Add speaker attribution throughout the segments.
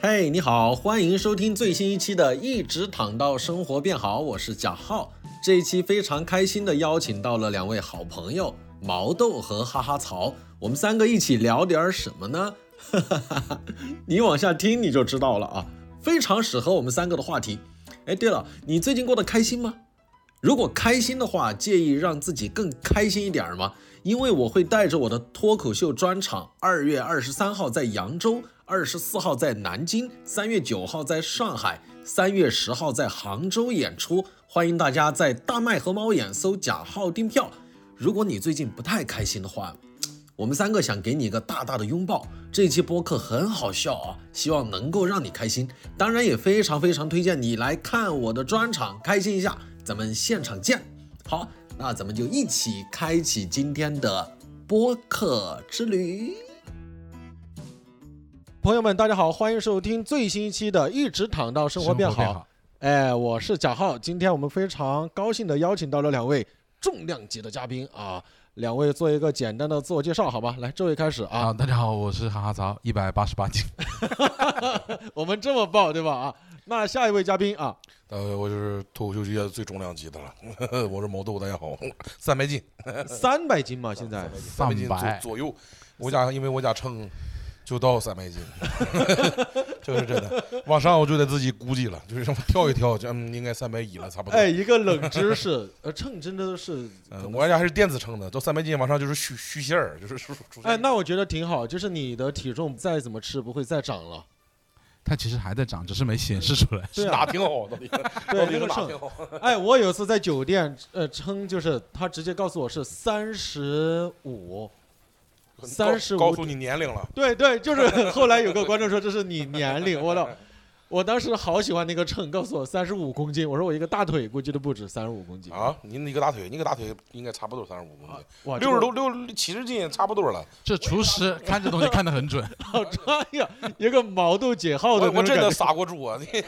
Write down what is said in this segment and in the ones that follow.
Speaker 1: 嘿你好，欢迎收听最新一期的《一直躺到生活变好》，我是贾浩。这一期非常开心的邀请到了两位好朋友毛豆和哈哈曹，我们三个一起聊点什么呢？ 哈哈哈哈，你往下听你就知道了啊，非常适合我们三个的话题。哎，对了，你最近过得开心吗？如果开心的话，建议让自己更开心一点儿嘛，因为我会带着我的脱口秀专场，二月二十三号在扬州，二十四号在南京，三月九号在上海，三月十号在杭州演出，欢迎大家在大麦和猫眼搜贾浩订票。如果你最近不太开心的话，我们三个想给你一个大大的拥抱。这一期播客很好笑啊，希望能够让你开心。当然也非常非常推荐你来看我的专场，开心一下。咱们现场见。好，那咱们就一起开启今天的播客之旅。朋友们，大家好，欢迎收听最新一期的《一直躺到生活变好》。哎，我是贾浩，今天我们非常高兴的邀请到了两位重量级的嘉宾啊，两位做一个简单的自我介绍，好吧？来，这位开始啊，
Speaker 2: 啊！大家好，我是哈哈曹，一百八十八斤。
Speaker 1: 我们这么报对吧？啊，那下一位嘉宾啊，
Speaker 2: 呃，我就是脱口秀界最重量级的了，呃我是毛豆，大家好， 三百斤，
Speaker 1: 三百斤嘛，现在
Speaker 2: 三百斤左
Speaker 3: 300
Speaker 2: 左右。我家因为我家称就到三百斤， 这是真的。往上我就得自己估计了，就是什么跳一跳，就嗯，应该三百一了，差不多。
Speaker 1: 哎，一个冷知识， 呃，秤真的是，
Speaker 2: 嗯，我家还是电子称的，到三百斤往上就是虚虚线儿，就是出出现。
Speaker 1: 哎，那我觉得挺好，就是你的体重再怎么吃不会再长了。
Speaker 3: 它其实还在涨，只是没显示出来。
Speaker 1: 对啊
Speaker 2: 哪，挺好，到底
Speaker 1: 对
Speaker 2: 到
Speaker 1: 这
Speaker 2: 底是
Speaker 1: 个
Speaker 2: 哪
Speaker 1: 秤
Speaker 2: 挺。好？
Speaker 1: 哎，我有一次在酒店，呃，称就是他直接告诉我是三十五，三十
Speaker 2: 告
Speaker 1: 五
Speaker 2: 诉你年龄了，
Speaker 1: 对对，就是 后来有个观众说这是你年龄，我操！我当时好喜欢那个秤，告诉我三十五公斤，我说我一个大腿估计都不止三十五公斤
Speaker 2: 啊！你那个大腿，你个大腿应该差不多三十五公斤。
Speaker 1: 哇，
Speaker 2: 六十
Speaker 1: 多
Speaker 2: 多六七十斤也差不多了。
Speaker 3: 这厨师 看这东西看得很准，
Speaker 1: 好专业，一个毛豆解号的那
Speaker 2: 我我
Speaker 1: 种
Speaker 2: 真
Speaker 1: 感
Speaker 2: 的
Speaker 1: 觉。
Speaker 2: 撒过猪啊！你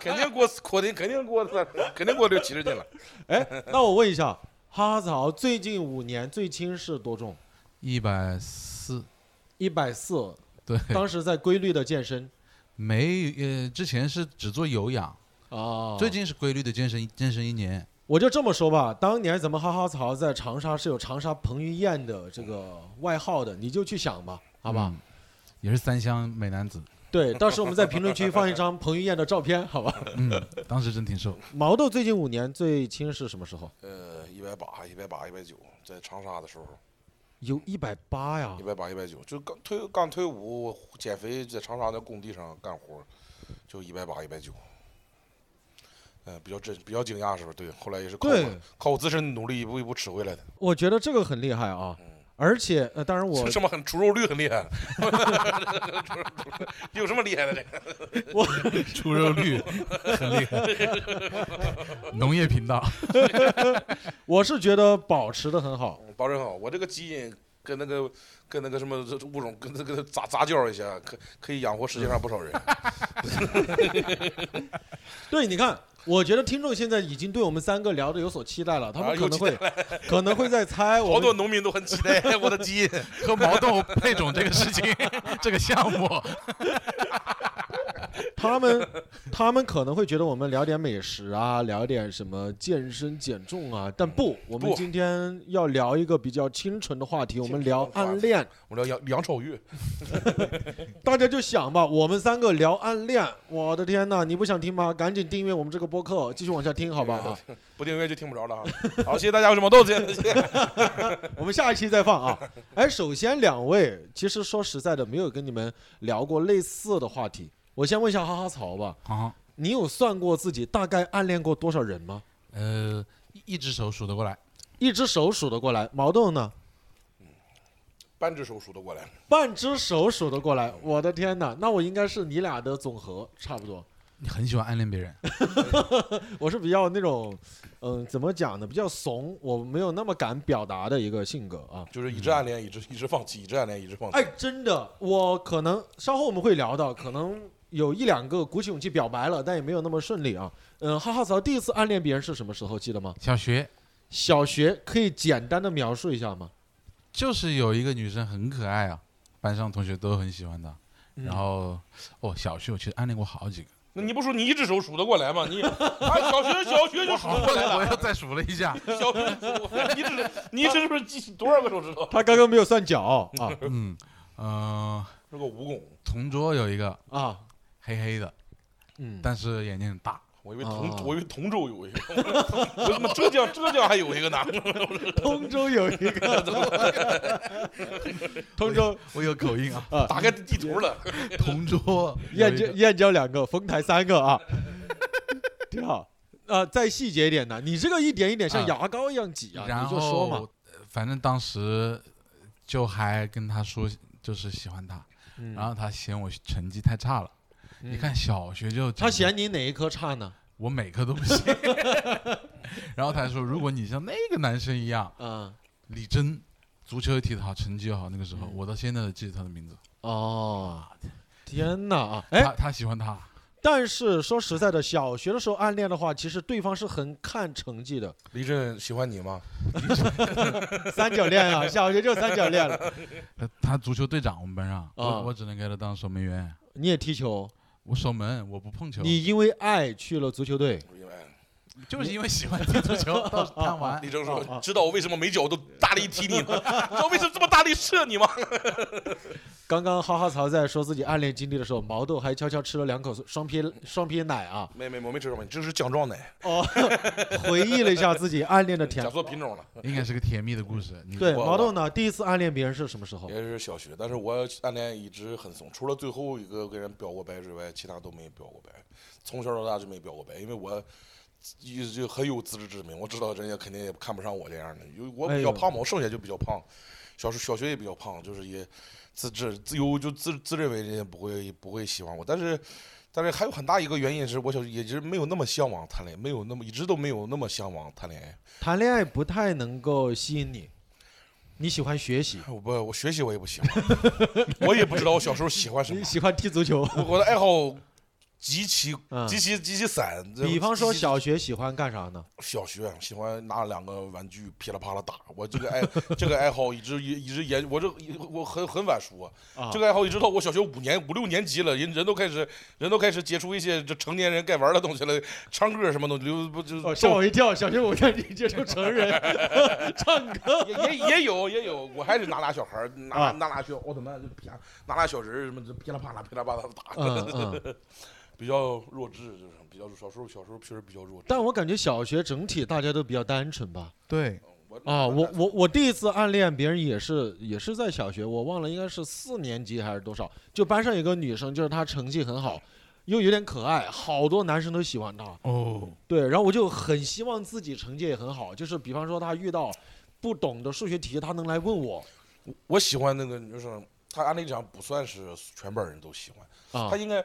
Speaker 2: 肯定过肯定肯定过三，肯定过六七十斤了。
Speaker 1: 哎，那我问一下，哈哈草最近五年最轻是多重？
Speaker 3: 一百四，
Speaker 1: 一百四，
Speaker 3: 对，
Speaker 1: 当时在规律的健身
Speaker 3: 没呃，之前是只做有氧，
Speaker 1: 啊。
Speaker 3: 最近是规律的健身，健身一年。
Speaker 1: 我就这么说吧，当年咱们哈哈草在长沙是有长沙彭于晏的这个外号的，你就去想吧，好吧？
Speaker 3: 嗯也是三湘美男子，
Speaker 1: 对，到时候我们在评论区放一张彭于晏的照片，好吧？
Speaker 3: 嗯，当时真挺瘦。
Speaker 1: 毛豆最近五年最轻是什么时候？
Speaker 2: 呃，一百八、一百八、一百九，在长沙的时候，
Speaker 1: 有一百八呀
Speaker 2: 一！百八、一百九，就刚退刚退伍减肥，在长沙的工地上干活，就一百八、一百九。嗯，比较震，比较惊讶是不是？对，后来也是靠
Speaker 1: 对
Speaker 2: 我靠我自身努力一步一步吃回来的。
Speaker 1: 我觉得这个很厉害啊
Speaker 2: 嗯，
Speaker 1: 而且呃，当然我
Speaker 2: 这什么很出肉率很厉害， 出肉出肉有什么厉害的这个？
Speaker 1: 我
Speaker 3: 出肉率很厉害， 农业频道。
Speaker 1: 我是觉得保持的很好，
Speaker 2: 保证好，我这个基因跟那个跟那个什么物种跟那个杂杂交一下，可可以养活世界上不少人。
Speaker 1: 嗯对，你看，我觉得听众现在已经对我们三个聊的有所期待了，他们
Speaker 2: 啊
Speaker 1: 可
Speaker 2: 有
Speaker 1: 能
Speaker 2: 期
Speaker 1: 会、可能会在猜我
Speaker 2: 好多
Speaker 1: 们
Speaker 2: 农民都很期待我的基因。
Speaker 3: 和毛豆配种这个事情，这个项目，
Speaker 1: 他们 他们可能会觉得我们聊点美食啊，聊点什么健身减重啊，但不，我们
Speaker 2: 嗯不
Speaker 1: 今天要聊一个比较清纯的话题，我们聊
Speaker 2: 清纯的话
Speaker 1: 暗
Speaker 2: 题
Speaker 1: 恋。
Speaker 2: 我聊杨杨超越，
Speaker 1: 大家就想吧，我们三个聊暗恋，我的天呐，你不想听吗？赶紧订阅我们这个播客，继续往下听，好吧？啊，
Speaker 2: 不订阅就听不着了啊。好，谢谢大家，我是毛豆子。
Speaker 1: 我们下一期再放 啊。哎，首先两位，其实说实在的，没有跟你们聊过类似的话题。我先问一下哈哈曹吧，
Speaker 3: 啊，
Speaker 1: 你有算过自己大概暗恋过多少人吗？
Speaker 3: 呃，一一只手数得过来，
Speaker 1: 一只手数得过来，毛豆呢？
Speaker 2: 半只手数得过来，
Speaker 1: 半只手数得过来，我的天哪！那我应该是你俩的总和，差不多。
Speaker 3: 你很喜欢暗恋别 人，
Speaker 1: 我是比较那种，嗯、怎么讲呢？比较怂，我没有那么敢表达的一个性格啊。
Speaker 2: 就是一直暗恋，一直一直放弃，一直暗恋，一直放弃。
Speaker 1: 哎，真的，我可能稍后我们会聊到，可能有一两个鼓起勇气表白了，但也没有那么顺利啊。嗯，哈哈嫂第一次暗恋别人是什么时候？记得吗？
Speaker 3: 小学
Speaker 1: 小学可以简单的描述一下吗？
Speaker 3: 就是有一个女生很可爱啊，班上同学都很喜欢她，然后哦，小学我其实暗恋过好 几个，
Speaker 2: 那你不说你一只手数得过来吗？你，啊，小学小学就数得过
Speaker 3: 后
Speaker 2: 来
Speaker 3: 来我
Speaker 2: 了，
Speaker 3: 又再数了一 下，
Speaker 2: 小学数不过来，你只你这是不是记多少个手指头？
Speaker 1: 他刚刚没有算脚啊
Speaker 3: 嗯，呃，
Speaker 2: 是个蜈蚣，
Speaker 3: 同桌有一个
Speaker 1: 啊，
Speaker 3: 黑黑的，
Speaker 1: 嗯，
Speaker 3: 但是眼睛很大，
Speaker 2: 我以为
Speaker 1: 哦
Speaker 2: 同我以为同州有一个， 我他妈浙江浙江还有一个呢，
Speaker 1: 通州有一个， 通州，
Speaker 3: 我有口 音啊
Speaker 2: 打
Speaker 1: 啊，
Speaker 2: 开地图了，
Speaker 3: 同桌有
Speaker 1: 燕
Speaker 3: 一
Speaker 1: 郊
Speaker 3: 个
Speaker 1: 燕郊两个，丰台三个 啊，挺好。啊，再细节一点呢，你这个一点一点像
Speaker 3: 啊
Speaker 1: 牙膏一样挤啊，
Speaker 3: 然
Speaker 1: 你就说嘛
Speaker 3: 后，呃反正当时就还跟他说就是喜欢他，
Speaker 1: 嗯
Speaker 3: 然后他嫌我成绩太差了。你看小学就
Speaker 1: 他
Speaker 3: 成绩
Speaker 1: 嫌你哪一科差呢？
Speaker 3: 我每科都不行， 然后他还说如果你像那个男生一样，
Speaker 1: 嗯，
Speaker 3: 李真，足球也踢得好，成绩又好，那个时候
Speaker 1: 嗯
Speaker 3: 我到现在都记得他的名字。
Speaker 1: 哦，天哪啊！哎，
Speaker 3: 他他喜欢他，
Speaker 1: 但是说实在的，小学的时候暗恋的话，其实对方是很看成绩的，
Speaker 2: 黎震喜欢你吗？
Speaker 1: 三角恋 啊，小学就三角恋了。
Speaker 3: 他他足球队长，我们班上，
Speaker 1: 啊
Speaker 3: 我我只能给他当守门员，
Speaker 1: 你也踢球，
Speaker 3: 我守门，我不碰球，
Speaker 1: 你因为爱去了足球队，
Speaker 2: 因为
Speaker 3: 就是因为喜欢踢足球，到时看完
Speaker 2: 李征
Speaker 1: 啊啊
Speaker 2: 说：“知道我为什么没脚都大力踢你吗？ 知道为什么这么大力射你吗
Speaker 1: 刚刚哈哈曹在说自己暗恋经历的时候，毛豆还悄悄吃了两口双皮双皮奶啊？”，
Speaker 2: 没没，我没吃什么，这是酱撞奶，
Speaker 1: 哦，回忆了一下自己暗恋的
Speaker 2: 讲
Speaker 1: 甜。
Speaker 2: 错品种了，
Speaker 3: 应该是个甜蜜的故事。你
Speaker 1: 对，
Speaker 2: 我
Speaker 1: 毛豆呢，第一次暗恋别人是什么时候
Speaker 2: 也？是小学。但是我暗恋一直很怂，除了最后一个跟人表过白之外，其他都没表过白。从小到大就没表过白，因为我一直就很有自知之明，我知道人家肯定也看不上我这样的，因为我比较胖嘛，我剩下就比较胖，小时小学也比较胖，就是也自知自由就自自认为人家不会不会喜欢我，但是。但是还有很大一个原因是我小也就是没有那么向往谈恋爱，没有那么一直都没有那么向往谈恋爱。
Speaker 1: 谈恋爱不太能够吸引你，你喜欢学习，
Speaker 2: 我不，我学习我也不喜欢， 我也不知道我小时候喜欢什么
Speaker 1: 你。喜欢踢足球。
Speaker 2: 我我的爱好极其
Speaker 1: 嗯
Speaker 2: 极其极其散。这
Speaker 1: 比方说
Speaker 2: 极其
Speaker 1: 小学喜欢干啥呢？
Speaker 2: 小学喜欢拿两个玩具噼里啪啦打，我这个爱这个爱好一直一直延，我这我很很晚熟啊，
Speaker 1: 啊
Speaker 2: 这个爱好一直到我小学五年五六年级了，人人都开始人都开始接触一些这成年人该玩的东西了，唱歌什么东西，就不就
Speaker 1: 哦，吓我一跳！小学五年级接触成 人唱歌，
Speaker 2: 也也也有也有，我还是拿俩小孩儿，拿、
Speaker 1: 啊
Speaker 2: 拿俩小奥特曼，就啪，拿俩小人儿什么，就噼里啪啦噼里啪啦打，
Speaker 1: 嗯嗯。
Speaker 2: 比较弱智，就是比较小时候小时候确实比较弱智。
Speaker 1: 但我感觉小学整体大家都比较单纯吧。
Speaker 3: 对，
Speaker 2: 嗯我
Speaker 1: 啊，我我我第一次暗恋别人也是也是在小学，我忘了应该是四年级还是多少，就班上有个女生，就是她成绩很好，又有点可爱，好多男生都喜欢她。
Speaker 3: 哦，
Speaker 1: 对，然后我就很希望自己成绩也很好，就是比方说她遇到不懂的数学题，她能来问我
Speaker 2: 我喜欢那个女生，她按理讲不算是全班人都喜欢，
Speaker 1: 啊
Speaker 2: 她应该。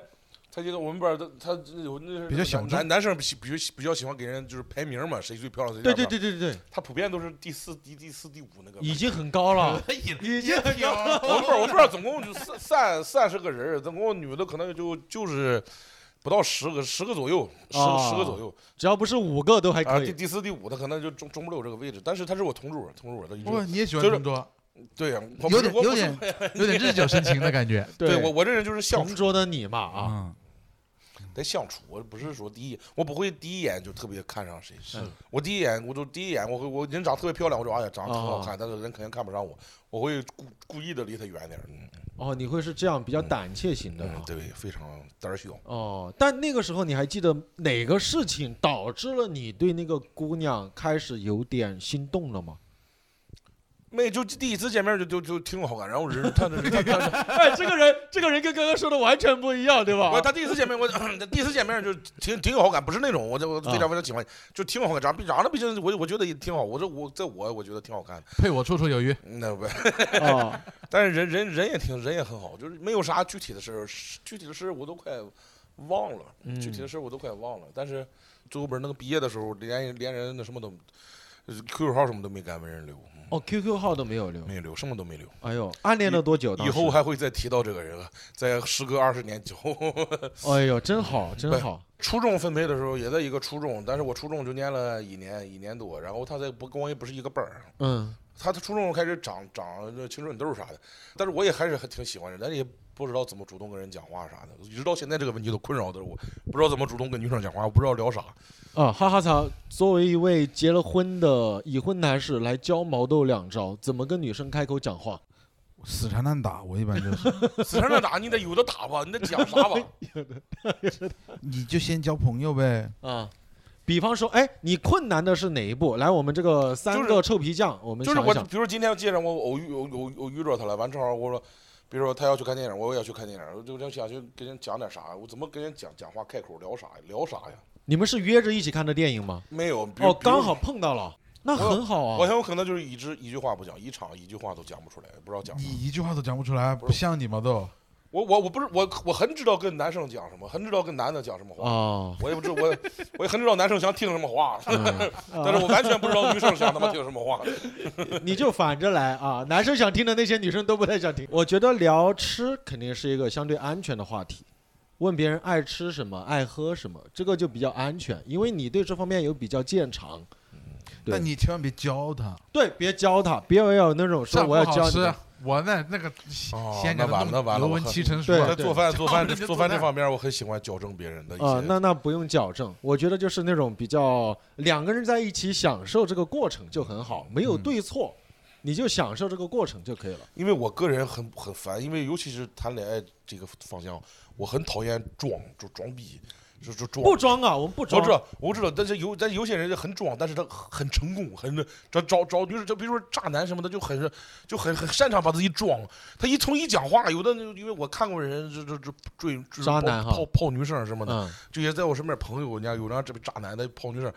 Speaker 2: 她这个我们班儿的，她有那是
Speaker 3: 比较小
Speaker 2: 男
Speaker 3: 众
Speaker 2: 男男生喜比较喜比较喜欢给人就是排名嘛，谁最漂亮谁
Speaker 1: 对
Speaker 2: 干
Speaker 1: 对
Speaker 2: 嘛，
Speaker 1: 对对对，对
Speaker 2: 她普遍都是第四第第四第五那个。
Speaker 1: 已经很高 了，已经很高
Speaker 3: 啊
Speaker 1: 了。
Speaker 2: 我们班儿我们班儿总共就三三三十个人儿，总共女的可能就就是不到十个十个左右，十个
Speaker 1: 啊
Speaker 2: 十个左右
Speaker 1: 只要不是五个都还
Speaker 2: 啊。
Speaker 1: 可
Speaker 2: 第
Speaker 1: 以。
Speaker 2: 第四第五她可能就中中不了这个位置，但是她是我同桌，同桌的。
Speaker 3: 哇，你也喜欢
Speaker 2: 就是
Speaker 3: 同桌，
Speaker 2: 对呀，我
Speaker 3: 有点
Speaker 2: 我
Speaker 3: 有点有点日久生情的感觉。
Speaker 2: 对我我这人就是相
Speaker 1: 同
Speaker 2: 处
Speaker 1: 桌的你嘛啊，
Speaker 3: 嗯，
Speaker 2: 得相处，我不是说第一，我不会第一眼就特别看上谁。
Speaker 1: 是
Speaker 2: 我第一眼，我就第一眼，我会我人长得特别漂亮，我说哎呀长得特好
Speaker 1: 哦
Speaker 2: 看，但是人肯定看不上我，我会故故意的离他远点儿。嗯
Speaker 1: 哦，你会是这样比较胆怯型的啊
Speaker 2: 嗯，。对，非常胆儿小。
Speaker 1: 哦，但那个时候你还记得哪个事情导致了你对那个姑娘开始有点心动了吗？
Speaker 2: 没就第一次见面就就就挺有好感，然后人他他他他
Speaker 1: 哎，这个人，这个人跟刚刚说的完全不一样，对吧
Speaker 2: 我他第一次见面，我他第一次见面就挺挺有好感，不是那种我就我非常非常喜欢，就挺有好感，长长得毕竟我我觉得也挺好，我这我在我我觉得挺好看的，嗯
Speaker 3: 配我绰绰有余。
Speaker 2: 那不
Speaker 1: 啊，
Speaker 2: 但是人人人也挺人也很好，就是没有啥具体的事儿，是具体的事儿我都快忘了，
Speaker 1: 嗯
Speaker 2: 具体的事儿我都快忘了。但是最后边那个毕业的时候，连连人那什么都呃，QQ 号什么都没敢为人留，
Speaker 1: 哦，QQ 号都没有留。
Speaker 2: 没留，什么都没留。
Speaker 1: 哎呦，暗恋了多久？
Speaker 2: 以后
Speaker 1: 还，
Speaker 2: 还会再提到这个人了，在时隔二十年之后。
Speaker 1: 哎呦，真好，真好。
Speaker 2: 初中分配的时候也在一个初中，但是我初中就念了一年一年多，然后他在不跟我也不是一个班儿，
Speaker 1: 嗯，
Speaker 2: 他初中开始长长青春痘啥的，但是我也还是很挺喜欢人，但是也不知道怎么主动跟人讲话啥的，一直到现在这个问题都困扰的我，不知道怎么主动跟女生讲话，我不知道聊啥。
Speaker 1: 啊，哈哈草作为一位结了婚的已婚男士，来教毛豆两招，怎么跟女生开口讲话。
Speaker 3: 死缠烂打，我一般就是，
Speaker 2: 死缠烂打，你得有的打吧，你得讲 啥吧？
Speaker 3: 你就先交朋友呗。
Speaker 1: 啊，比方说，哎，你困难的是哪一步？来，我们这个三
Speaker 2: 就是
Speaker 1: 个臭皮匠，我们
Speaker 2: 就
Speaker 1: 想
Speaker 2: 是
Speaker 1: 一
Speaker 2: 我，
Speaker 1: 想。
Speaker 2: 比如今天既然我偶遇偶偶偶遇着他了，完正好我说，比如说他要去看电影，我也要去看电影，我就想想去跟人讲点啥，我怎么跟人讲讲话开口聊啥呀？聊啥呀？
Speaker 1: 你们是约着一起看的电影吗？
Speaker 2: 没有，比如
Speaker 1: 哦，刚好，碰到了，那
Speaker 2: 我
Speaker 1: 很好
Speaker 2: 比如我
Speaker 1: 啊。
Speaker 2: 很有可能就是一直一句话不讲，一场一句话都讲不出来，不知道讲
Speaker 3: 你
Speaker 2: 啥。
Speaker 3: 一句话都讲不出来，
Speaker 2: 不
Speaker 3: 不像你嘛都。
Speaker 2: 我我我不是我我很知道跟男生讲什么，很知道跟男的讲什么话，
Speaker 1: 哦，
Speaker 2: 我也不知我我也很知道男生想听什么话，
Speaker 1: 嗯
Speaker 2: 但是我完全不知道女生想他妈听什么话。
Speaker 1: 你就反着来 啊！男生想听的那些，女生都不太想听。我觉得聊吃肯定是一个相对安全的话题，问别人爱吃什么、爱喝什么，这个就比较安全，因为你对这方面有比较见长。对
Speaker 3: 但你千万别教他，
Speaker 1: 对，别教他，别要有那种
Speaker 3: 这
Speaker 1: 说
Speaker 3: 不
Speaker 1: 我要教
Speaker 3: 好
Speaker 1: 你
Speaker 3: 吃
Speaker 1: 的。。
Speaker 3: 我那那个
Speaker 2: 哦
Speaker 3: 先给
Speaker 2: 那
Speaker 3: 他
Speaker 2: 完了那
Speaker 3: 弄
Speaker 2: 完了
Speaker 3: 油
Speaker 2: 我
Speaker 3: 温
Speaker 2: 喝
Speaker 3: 七成熟
Speaker 1: 对
Speaker 2: 在
Speaker 3: 了。
Speaker 2: 做饭
Speaker 3: 对
Speaker 2: 做 饭
Speaker 3: 人家
Speaker 2: 做饭
Speaker 3: 做饭
Speaker 2: 这方面，我很喜欢矫正别人的一
Speaker 1: 啊、
Speaker 2: 些。
Speaker 1: 那那不用矫正，我觉得就是那种比较两个人在一起享受这个过程就很好，没有对错，你就享受这个过程就可以了。
Speaker 2: 因为我个人很很烦，因为尤其是谈恋爱这个方向，我很讨厌装就装逼，就就装。
Speaker 1: 不装啊，我们不
Speaker 2: 我
Speaker 1: 装
Speaker 2: 知。道，我知道，但是有但有些人就很装，但是他很成功，很找找找，就是就比如说渣男什么的，就很就很很擅长把自己装。他一从一讲话，有的就因为我看过人就就就追追
Speaker 1: 渣
Speaker 2: 泡
Speaker 1: 男哈
Speaker 2: 泡泡女生什么的，
Speaker 1: 嗯，
Speaker 2: 这些在我身边朋友，人家有人这渣男的泡女生，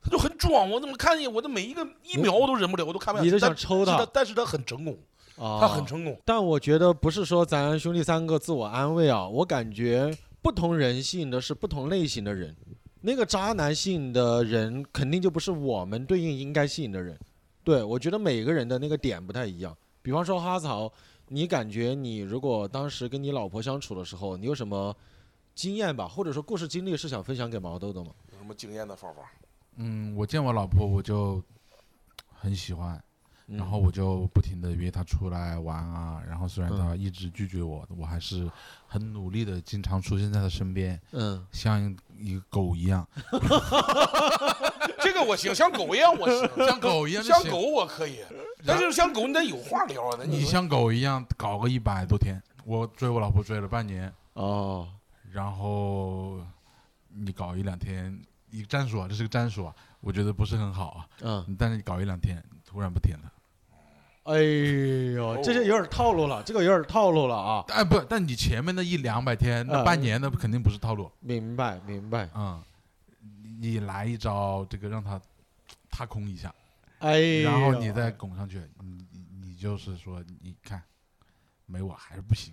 Speaker 2: 他就很装，我怎么看见我的每一个一秒我都忍不了，我都看不下
Speaker 1: 你
Speaker 2: 去。
Speaker 1: 都想
Speaker 2: 但是
Speaker 1: 抽他
Speaker 2: 他，但是他很成功，
Speaker 1: 啊，
Speaker 2: 他很成功。
Speaker 1: 但我觉得不是说咱兄弟三个自我安慰啊，我感觉不同人吸引的是不同类型的人。那个渣男吸引的人，肯定就不是我们对应应该吸引的人。对我觉得每个人的那个点不太一样。比方说哈曹，你感觉你如果当时跟你老婆相处的时候，你有什么经验吧，或者说故事经历是想分享给毛豆的吗？
Speaker 2: 有什么经验的方法？
Speaker 3: 嗯，我见我老婆我就很喜欢，
Speaker 1: 嗯
Speaker 3: 然后我就不停的约她出来玩啊，然后虽然
Speaker 1: 嗯
Speaker 3: 她一直拒绝我，我还是很努力的，经常出现在她身边，
Speaker 1: 嗯，
Speaker 3: 像一个狗一样，
Speaker 2: 这个我行，像狗一样 我行，
Speaker 3: 像狗一样就
Speaker 2: 像
Speaker 3: 行
Speaker 2: 狗我可以，但是像狗你得有话聊啊。
Speaker 1: 嗯
Speaker 3: 你像狗一样搞个一百多天，我追我老婆追了半年，
Speaker 1: 哦，
Speaker 3: 然后你搞一两天，一个战术啊，这是个战术啊，我觉得不是很好啊，
Speaker 1: 嗯，
Speaker 3: 但是你搞一两天，突然不舔了，
Speaker 1: 哎
Speaker 3: 哦
Speaker 1: 呦，这就有点套路了，这个有点套路了啊。
Speaker 3: 哎不，但你前面的一两百天，那
Speaker 1: 啊
Speaker 3: 半年那肯定不是套路，
Speaker 1: 明白，明白。
Speaker 3: 嗯，你来一招这个让他踏空一下，
Speaker 1: 哎呦，
Speaker 3: 然后你再拱上去，你你你就是说，你看没我还是不行，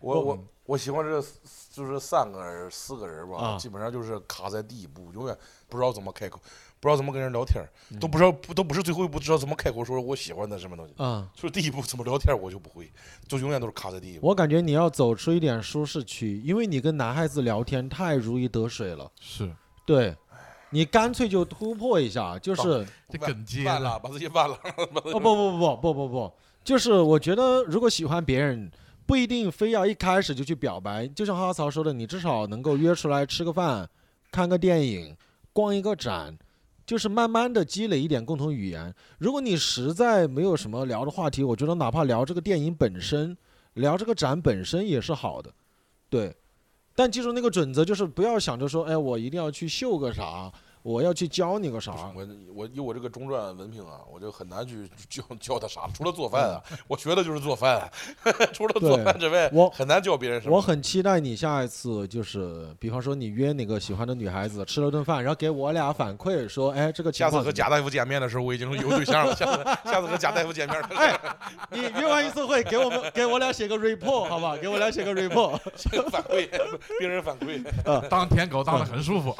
Speaker 2: 我我我喜欢这四就是三个人四个人吧，
Speaker 1: 啊
Speaker 2: 基本上就是卡在第一步，永远不知道怎么开口，不知道怎么跟人聊天儿，都不知道都不是最后一步知道怎么开口说我喜欢他什么东西。
Speaker 1: 嗯，
Speaker 2: 就是第一步怎么聊天我就不会，就永远都是卡在第一步。
Speaker 1: 我感觉你要走出一点舒适区，因为你跟男孩子聊天太如鱼得水了。
Speaker 3: 是
Speaker 1: 对，你干脆就突破一下，就是
Speaker 3: 这梗接
Speaker 2: 完
Speaker 3: 了，
Speaker 2: 了，把自己办了。
Speaker 1: 哦不不不不不不，就是我觉得如果喜欢别人，不一定非要一开始就去表白，就像哈哈曹说的，你至少能够约出来吃个饭，看个电影，逛一个展。就是慢慢的积累一点共同语言。如果你实在没有什么聊的话题，我觉得哪怕聊这个电影本身，聊这个展本身也是好的，对。但记住那个准则，就是不要想着说，哎，我一定要去秀个啥，我要去教你个啥。
Speaker 2: 啊 我我以我这个中专文凭啊，我就很难去教教他啥，除了做饭啊， 我学的就是做饭啊， 除了做饭之外，
Speaker 1: 我
Speaker 2: 很难教别人什么。
Speaker 1: 我很期待你下一次，就是比方说你约哪个喜欢的女孩子吃了顿饭，然后给我俩反馈说，哎，这个情
Speaker 2: 下次
Speaker 1: 况
Speaker 2: 和
Speaker 1: 怎么
Speaker 2: 贾大夫见面的时候，我已经有对象了。下次下次和贾大夫见面的时候，
Speaker 1: 样你约完一次会，给我们给我俩写个 report 好吧，给我俩写个 report。
Speaker 2: 反馈病人反馈，
Speaker 3: 当舔狗当的很舒服。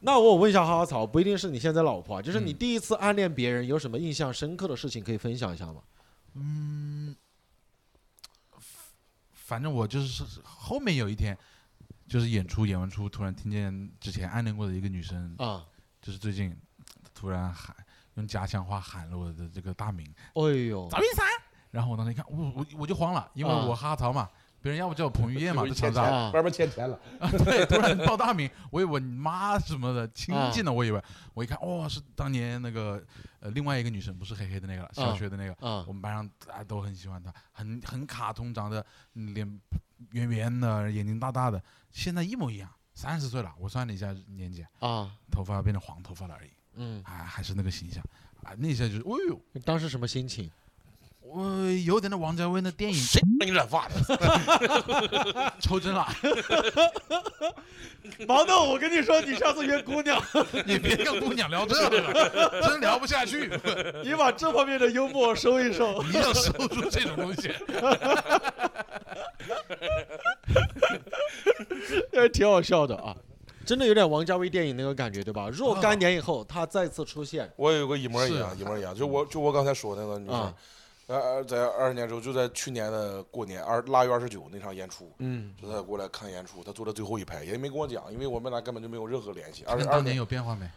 Speaker 1: 那我问一下哈哈草，不一定是你现在老婆啊，就是你第一次暗恋别人，有什么印象深刻的事情可以分享一下吗？
Speaker 3: 反正我就是后面有一天，就是演出演完出，突然听见之前暗恋过的一个女生，
Speaker 1: 啊，
Speaker 3: 就是最近突然喊用家乡话喊了我的这个大名，
Speaker 1: 哎呦，
Speaker 3: 赵云山，然后我当时一看，我我我就慌了，因为我哈哈曹嘛，别人要不叫我彭于晏嘛，
Speaker 2: 就
Speaker 3: 这厂
Speaker 2: 是欠
Speaker 3: 长
Speaker 2: 钱，
Speaker 1: 啊
Speaker 2: 外边欠钱了，
Speaker 3: 对，突然报大名，我以为你妈什么的亲近的，我以为，我一看，哦，是当年那个呃另外一个女生，不是黑黑的那个了，小学的那个，
Speaker 1: 啊
Speaker 3: 我们班上大家都很喜欢她，很很卡通，长得嗯脸圆圆的，眼睛大大的，现在一模一样，三十岁了，我算了一下年纪，
Speaker 1: 啊，
Speaker 3: 头发变成黄头发了而已，
Speaker 1: 嗯，
Speaker 3: 啊，还是那个形象，啊，那一下就是，哎呦，
Speaker 1: 你当时什么心情？
Speaker 3: 我呃有点那王家卫那电影
Speaker 2: 谁给你染发的？
Speaker 3: 抽针了，
Speaker 1: 毛豆，我跟你说，你上次约姑娘，
Speaker 3: 你别跟姑娘聊这个了，真聊不下去。
Speaker 1: 你把这方面的幽默收一收。
Speaker 3: 你要收住这种东西，
Speaker 1: 呃，挺好笑的啊，真的有点王家卫电影那个感觉，对吧？若干年以后，他再次出现，
Speaker 2: 我有个一模一样，
Speaker 3: 是
Speaker 2: 一模一样，就我就我刚才说那个女生
Speaker 1: 啊，
Speaker 2: 呃、呃在二十年之后，就在去年的过年二腊月二十九那场演出，
Speaker 1: 嗯，
Speaker 2: 就她过来看演出，她坐在最后一排，也没跟我讲，因为我们俩根本就没有任何联系。二
Speaker 3: 跟
Speaker 2: 十二
Speaker 3: 当年有变化没？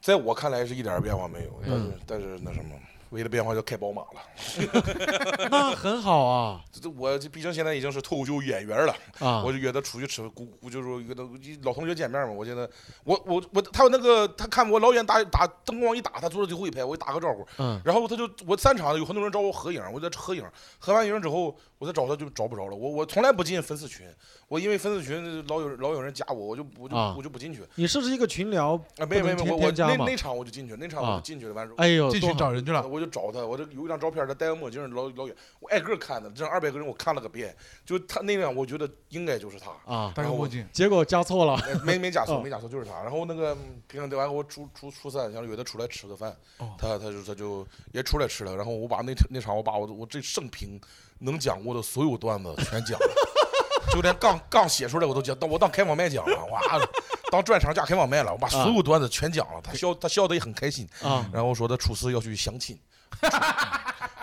Speaker 2: 在我看来是一点儿变化没有，但是、但是那什么，为了变化就开宝马了。
Speaker 1: 那很好啊
Speaker 2: 这这我这毕竟现在已经是脱口秀演员了，
Speaker 1: 啊
Speaker 2: 我就约他出去吃，咕咕就是约他老同学见面嘛。我现在我我我他有那个他看我老远打打灯光一打，他坐在最后一排，我一打个招呼，
Speaker 1: 嗯
Speaker 2: 然后他就我散场有很多人找我合影，我在合影，合完影之后我再找他就找不着了。我我从来不进粉丝群，我因为粉丝群老有老有人加我，我就我就、
Speaker 1: 啊
Speaker 2: 我就不进去。
Speaker 1: 你是不是一个群聊？
Speaker 2: 啊，没有没有
Speaker 1: 不能
Speaker 2: 没
Speaker 1: 天
Speaker 2: 有，我我
Speaker 1: 天加
Speaker 2: 那
Speaker 1: 嘛
Speaker 2: 那场我就进去，那场我就进去了，完事
Speaker 1: 哎呦，
Speaker 3: 进
Speaker 1: 多
Speaker 3: 去
Speaker 1: 好
Speaker 3: 找人去了，
Speaker 2: 我就找他，我这有一张照片，他戴个墨镜，老老远，我挨个看的，这二百个人我看了个遍，就他那样，我觉得应该就是他，
Speaker 1: 啊，
Speaker 3: 戴个墨镜，
Speaker 1: 结果加 错了
Speaker 2: 哎没没假错，
Speaker 1: 哦
Speaker 2: 没假错就是他。然后那个嗯平常完我初初初三，想约他出来吃个饭
Speaker 3: 哦，
Speaker 2: 他他就他就也出来吃了。然后我把那那场我把我我这盛评能讲过的所有段子全讲了。就连刚刚写出来我都讲，当我当开放麦讲了，哇，当专场加开放麦了，我把所有段子全讲了，他笑他笑的也很开心，
Speaker 1: 啊。
Speaker 2: 然后说他初四要去相亲，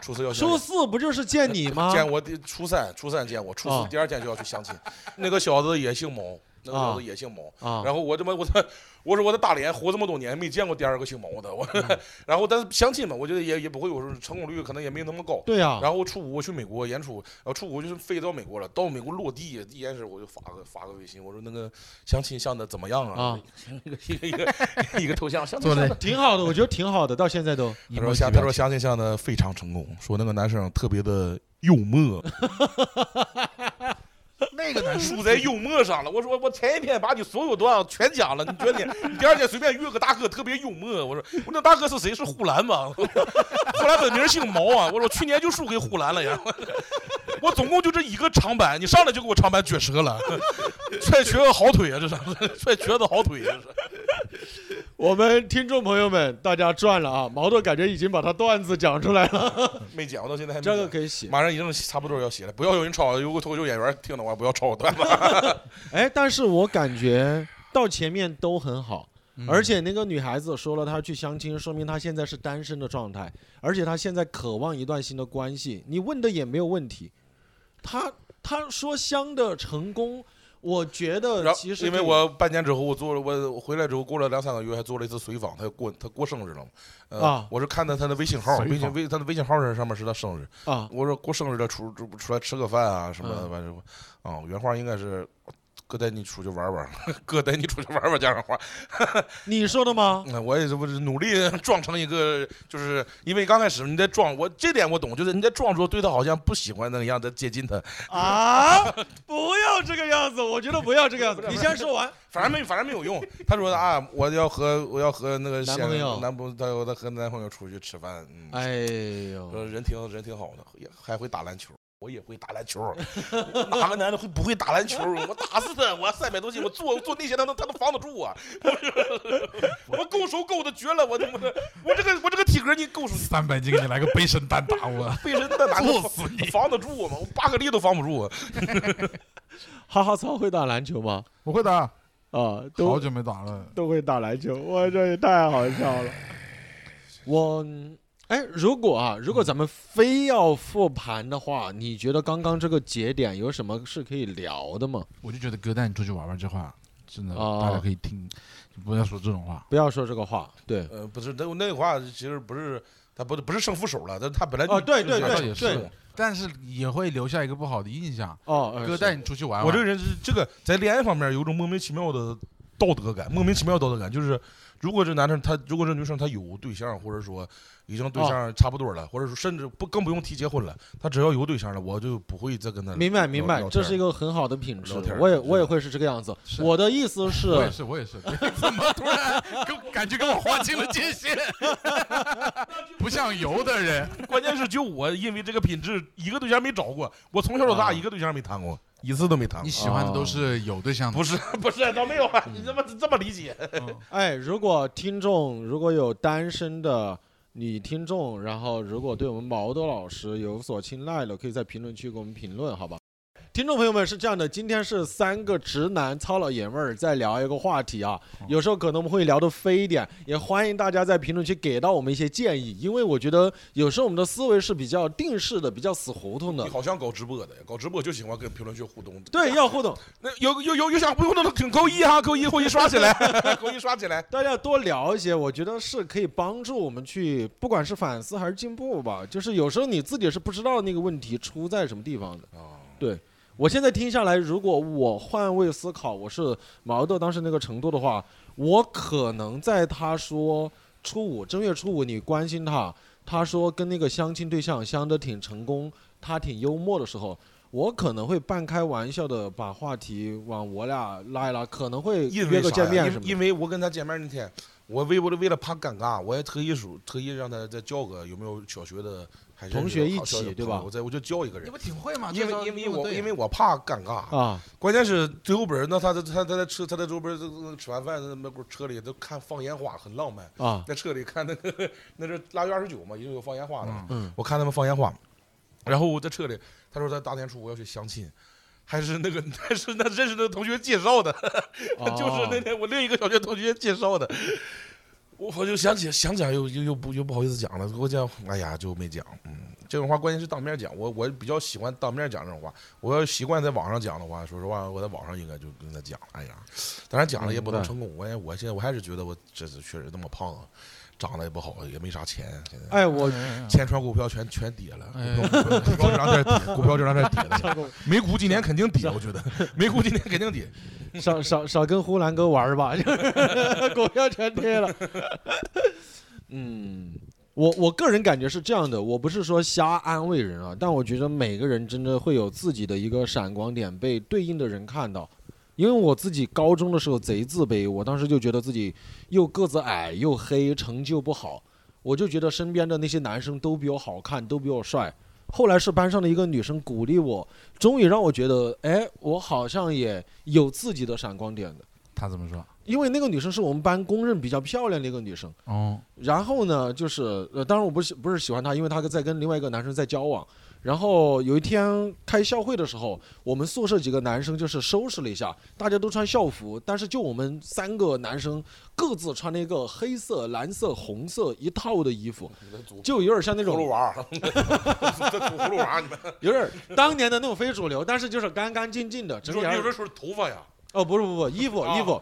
Speaker 2: 初四要去相
Speaker 1: 初
Speaker 2: 亲
Speaker 1: 四不就是见你吗？
Speaker 2: 见我第初三，初三见我，初
Speaker 1: 啊
Speaker 2: 四第二天就要去相亲。那个小子也姓毛，那个小
Speaker 1: 啊
Speaker 2: 子也姓毛。
Speaker 1: 啊
Speaker 2: 然后我这么我这我说我在大连活这么多年，没见过第二个姓毛的。我
Speaker 1: 嗯
Speaker 2: 然后但是相亲嘛，我觉得也也不会有时候成功率可能也没那么高。
Speaker 1: 对啊呀，
Speaker 2: 然后初五我去美国演出，然后初五就是飞到美国了。到美国落地第一件事我就发个发个微信，我说那个相亲相的怎么样啊？
Speaker 1: 啊，
Speaker 2: 一个一个 一个头像相亲
Speaker 3: 坐
Speaker 2: 相
Speaker 3: 在
Speaker 2: 的。
Speaker 1: 挺好的，我觉得挺好的，到现在都
Speaker 2: 他说相他说相亲相的非常成功，说那个男生特别的幽默。
Speaker 3: 那个男生
Speaker 2: 输在幽默上了。我说我前一天把你所有段子全讲了，你觉得你你第二天随便约个大哥特别幽默？我说我那大哥是谁？是呼兰吗？ 呼兰本名姓毛啊。我说去年就输给呼兰了呀。 我总共就这一个长板，你上来就给我长板撅折了， 踹瘸子好腿啊！这是 踹瘸子好腿啊！这是
Speaker 1: 我们听众朋友们，大家赚了啊！毛豆感觉已经把他段子讲出来了，
Speaker 2: 没讲，我到现在还 没
Speaker 1: 这个
Speaker 2: 讲。
Speaker 1: 可以写。
Speaker 2: 马上已经差不多要写了，不要有人抄，有个脱口秀演员听的话，不要抄我段子。
Speaker 1: 哎，但是我感觉到前面都很好，
Speaker 2: 嗯
Speaker 1: 而且那个女孩子说了她去相亲，说明她现在是单身的状态，而且她现在渴望一段新的关系。你问的也没有问题，她她说相的成功，我觉得
Speaker 2: 然后
Speaker 1: 其，实
Speaker 2: 因为
Speaker 1: 可以
Speaker 2: 我半年之后，我做了，我回来之后过了两三个月，还做了一次随访。他过他过生日了嘛？呃、
Speaker 1: 啊
Speaker 2: 我是看到他的微信号，
Speaker 3: 随访
Speaker 2: 微信微他的微信号上上面是他生日。
Speaker 1: 啊
Speaker 2: 我说过生日了，出出出来吃个饭啊什么
Speaker 1: 嗯
Speaker 2: 的，完事、啊，原话应该是哥带你出去玩玩，哥带你出去玩玩，加上话。
Speaker 1: 你说的吗？
Speaker 2: 嗯，我也是不是努力装成一个，就是因为刚开始你在装，我这点我懂，就是你在装作对他好像不喜欢那个样子接近他，
Speaker 1: 啊，不要这个样子，我觉得不要这个样子。你先说完。
Speaker 2: 反正没，反正没有用。他说的啊，我要和我要和那个
Speaker 1: 男
Speaker 2: 现
Speaker 1: 朋友
Speaker 2: 男朋友，他说他和男朋友出去吃饭，嗯，
Speaker 1: 哎呦，
Speaker 2: 说人挺人挺好的，也还会打篮球。我也会打篮球，哪个男的会不会打篮球？我打死他！我三百多斤，我做做那些他能他能防得住啊！ 我够手够的绝了！我他妈的，我这个我这个体格，你够手
Speaker 3: 三百斤给你来个背身单打我，
Speaker 2: 背身的打
Speaker 3: 揍死你！
Speaker 2: 防得住我吗？我八个力都防不住我。啊
Speaker 1: 哈哈超会打篮球吗？
Speaker 3: 我会打，
Speaker 1: 啊，
Speaker 3: 好
Speaker 1: 都
Speaker 3: 久没打了。
Speaker 1: 都会打篮球，我这也太好笑了。 我哎，如果啊，如果咱们非要复盘的话，你觉得刚刚这个节点有什么是可以聊的吗？
Speaker 3: 我就觉得哥带你出去玩玩这话，真的
Speaker 1: 哦
Speaker 3: 大家可以听，不要说这种话。
Speaker 1: 不要说这个话，对，
Speaker 2: 呃，不是，那那话其实不是他不不是胜负手了，他他本来就
Speaker 1: 哦，对
Speaker 2: 是
Speaker 1: 对
Speaker 2: 这
Speaker 3: 倒
Speaker 2: 样
Speaker 1: 对
Speaker 3: 也
Speaker 1: 对
Speaker 3: 是，但是也会留下一个不好的印象。
Speaker 1: 哦，呃
Speaker 3: 哥带你出去玩玩，
Speaker 2: 我这个人是这个在恋爱方面有一种莫名其妙的道德感，莫名其妙的道德感就是，如果这男生他如果这女生她有对象，或者说已经
Speaker 1: 哦
Speaker 2: 对象差不多了，或者说甚至不更不用提结婚了，他只要有对象了，我就不会再跟他
Speaker 1: 明白明白
Speaker 2: 聊，
Speaker 1: 这是一
Speaker 2: 个
Speaker 1: 个很好的品质
Speaker 2: 聊天。儿
Speaker 1: 我也
Speaker 2: 是的
Speaker 1: 我也会是这个样子。
Speaker 3: 是
Speaker 1: 我的意思
Speaker 3: 我也
Speaker 1: 是，
Speaker 3: 是我也是， 怎么突然跟感觉跟我划清了界限？ 不像油的人，
Speaker 2: 关键是就我因为这个品质，一个对象没找过，我从小到大
Speaker 1: 啊
Speaker 2: 一个对象没谈过，一次都没谈
Speaker 3: 你
Speaker 2: 过。
Speaker 3: 喜欢的都是有对象的，
Speaker 2: 不是不是，倒没有啊！你怎么这么理解？
Speaker 3: 嗯
Speaker 1: 哎，如果听众如果有单身的女听众，然后如果对我们毛豆老师有所青睐了，可以在评论区给我们评论，好吧？听众朋友们是这样的，今天是三个直男糙老爷们儿在聊一个话题啊，
Speaker 2: 哦
Speaker 1: 有时候可能我们会聊得飞一点，也欢迎大家在评论区给到我们一些建议，因为我觉得有时候我们的思维是比较定式的，比较死胡同的
Speaker 2: 你，好像搞直播的呀，搞直播就喜欢跟评论区互动。
Speaker 1: 对，要互动。
Speaker 2: 那有有有有想互动的，请扣一哈，扣一，扣一刷起来， 扣一刷起来。
Speaker 1: 大家多聊一些，我觉得是可以帮助我们去，不管是反思还是进步吧。就是有时候你自己是不知道那个问题出在什么地方的。
Speaker 2: 哦，
Speaker 1: 我现在听下来，如果我换位思考，我是毛豆当时那个程度的话，我可能在他说初五正月初五你关心他，他说跟那个相亲对象相得挺成功，他挺幽默的时候。我可能会半开玩笑的把话题往我俩拉一拉，可能会
Speaker 2: 因
Speaker 1: 约
Speaker 2: 为
Speaker 1: 个
Speaker 2: 啥
Speaker 1: 见
Speaker 2: 呀
Speaker 1: 面
Speaker 2: 因
Speaker 1: 什
Speaker 2: 为
Speaker 1: 么的。
Speaker 2: 因为我跟他见面那天，我为我为了怕尴尬，我也特意说特意让他再叫个有没有小学的还是
Speaker 1: 同学一起
Speaker 2: 小学的
Speaker 1: 对吧
Speaker 2: 朋友我再我就叫一个
Speaker 3: 你
Speaker 2: 人，
Speaker 3: 不挺会吗？
Speaker 2: 因为
Speaker 3: 这招
Speaker 2: 因为
Speaker 3: 用得
Speaker 2: 我
Speaker 3: 对啊
Speaker 2: 因为我怕尴尬。
Speaker 1: 啊，
Speaker 2: 关键是最后边儿那他他他在车他在周边儿吃完饭那不车里都看放烟花，很浪漫。
Speaker 1: 啊，
Speaker 2: 在车里看那个那是腊月二十九嘛，也有放烟花的嘛。
Speaker 1: 嗯
Speaker 2: 我看他们放烟花，然后我在车里，他说他大年初五要去相亲，还是那个 还是那认识的同学介绍的， 就是
Speaker 1: 哦
Speaker 2: 那天我另一个小学同学介绍的。哦 我我就想起想讲又又又不又不好意思讲了，我讲哎呀就没讲，嗯，这种话关键是当面讲，我我比较喜欢当面讲这种话，我要习惯在网上讲的话，说实话我在网上应该就跟他讲，哎呀，当然讲了也不能成功，我也我现在我还是觉得我这次确实那么胖，啊长得也不好，也没啥钱，现在
Speaker 1: 哎，我
Speaker 2: 钱川股票全全跌了，
Speaker 3: 哎
Speaker 2: 股票股票就让这跌，股票就让这跌了，
Speaker 1: 上过
Speaker 2: 美股今年肯定跌，我觉得美股今年肯定跌，
Speaker 1: 少少少跟呼兰哥玩儿吧， 股票全贴了。嗯，我我个人感觉是这样的，我不是说瞎安慰人啊，但我觉得每个人真的会有自己的一个闪光点被对应的人看到。因为我自己高中的时候贼自卑，我当时就觉得自己又个子矮又黑，成就不好，我就觉得身边的那些男生都比我好看，都比我帅。后来是班上的一个女生鼓励我，终于让我觉得，哎，我好像也有自己的闪光点的。
Speaker 3: 他怎么说？
Speaker 1: 因为那个女生是我们班公认比较漂亮的一个女生，
Speaker 3: 哦，
Speaker 1: 然后呢，就是呃，当然我不是不是喜欢她，因为她在跟另外一个男生在交往。然后有一天开校会的时候，我们宿舍几个男生就是收拾了一下，大家都穿校服，但是就我们三个男生各自穿了一个黑色、蓝色、红色一套的衣服，就有点像那
Speaker 2: 葫
Speaker 1: 种
Speaker 2: 芦娃儿， 这土葫芦娃儿，你们
Speaker 1: 有点当年的那种非主流，但是就是干干净净的，
Speaker 2: 你
Speaker 1: 整
Speaker 2: 说
Speaker 1: 体
Speaker 2: 你
Speaker 1: 还
Speaker 2: 有
Speaker 1: 是
Speaker 2: 这说头发呀，
Speaker 1: 哦，不是不是不是衣服衣服，
Speaker 2: 啊，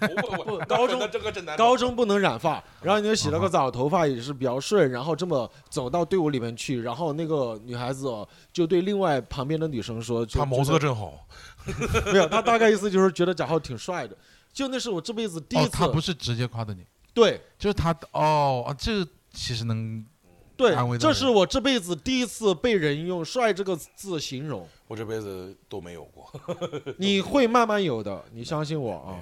Speaker 2: 头发
Speaker 1: 不
Speaker 2: 我
Speaker 1: 高中
Speaker 2: 那这个真难，
Speaker 1: 高中不能染
Speaker 3: 哦
Speaker 1: 发，然后你就洗了个澡，头发也是比较顺，然后这么走到队伍里面去，然后那个女孩子就对另外旁边的女生说，就
Speaker 2: 他毛色
Speaker 1: 觉
Speaker 2: 真好，
Speaker 1: 得没有，她大概意思就是觉得贾浩挺帅的，就那是我这辈子第一
Speaker 3: 哦，
Speaker 1: 次，
Speaker 3: 他不是直接夸的你，
Speaker 1: 对
Speaker 3: 就是他哦，啊这其实能
Speaker 1: 对
Speaker 3: 安慰，到
Speaker 1: 这
Speaker 3: 我
Speaker 1: 是我这辈子第一次被人用“帅”这个字形 容，
Speaker 2: 我这辈子都没有过。
Speaker 1: 你会慢慢有的，你相信我啊。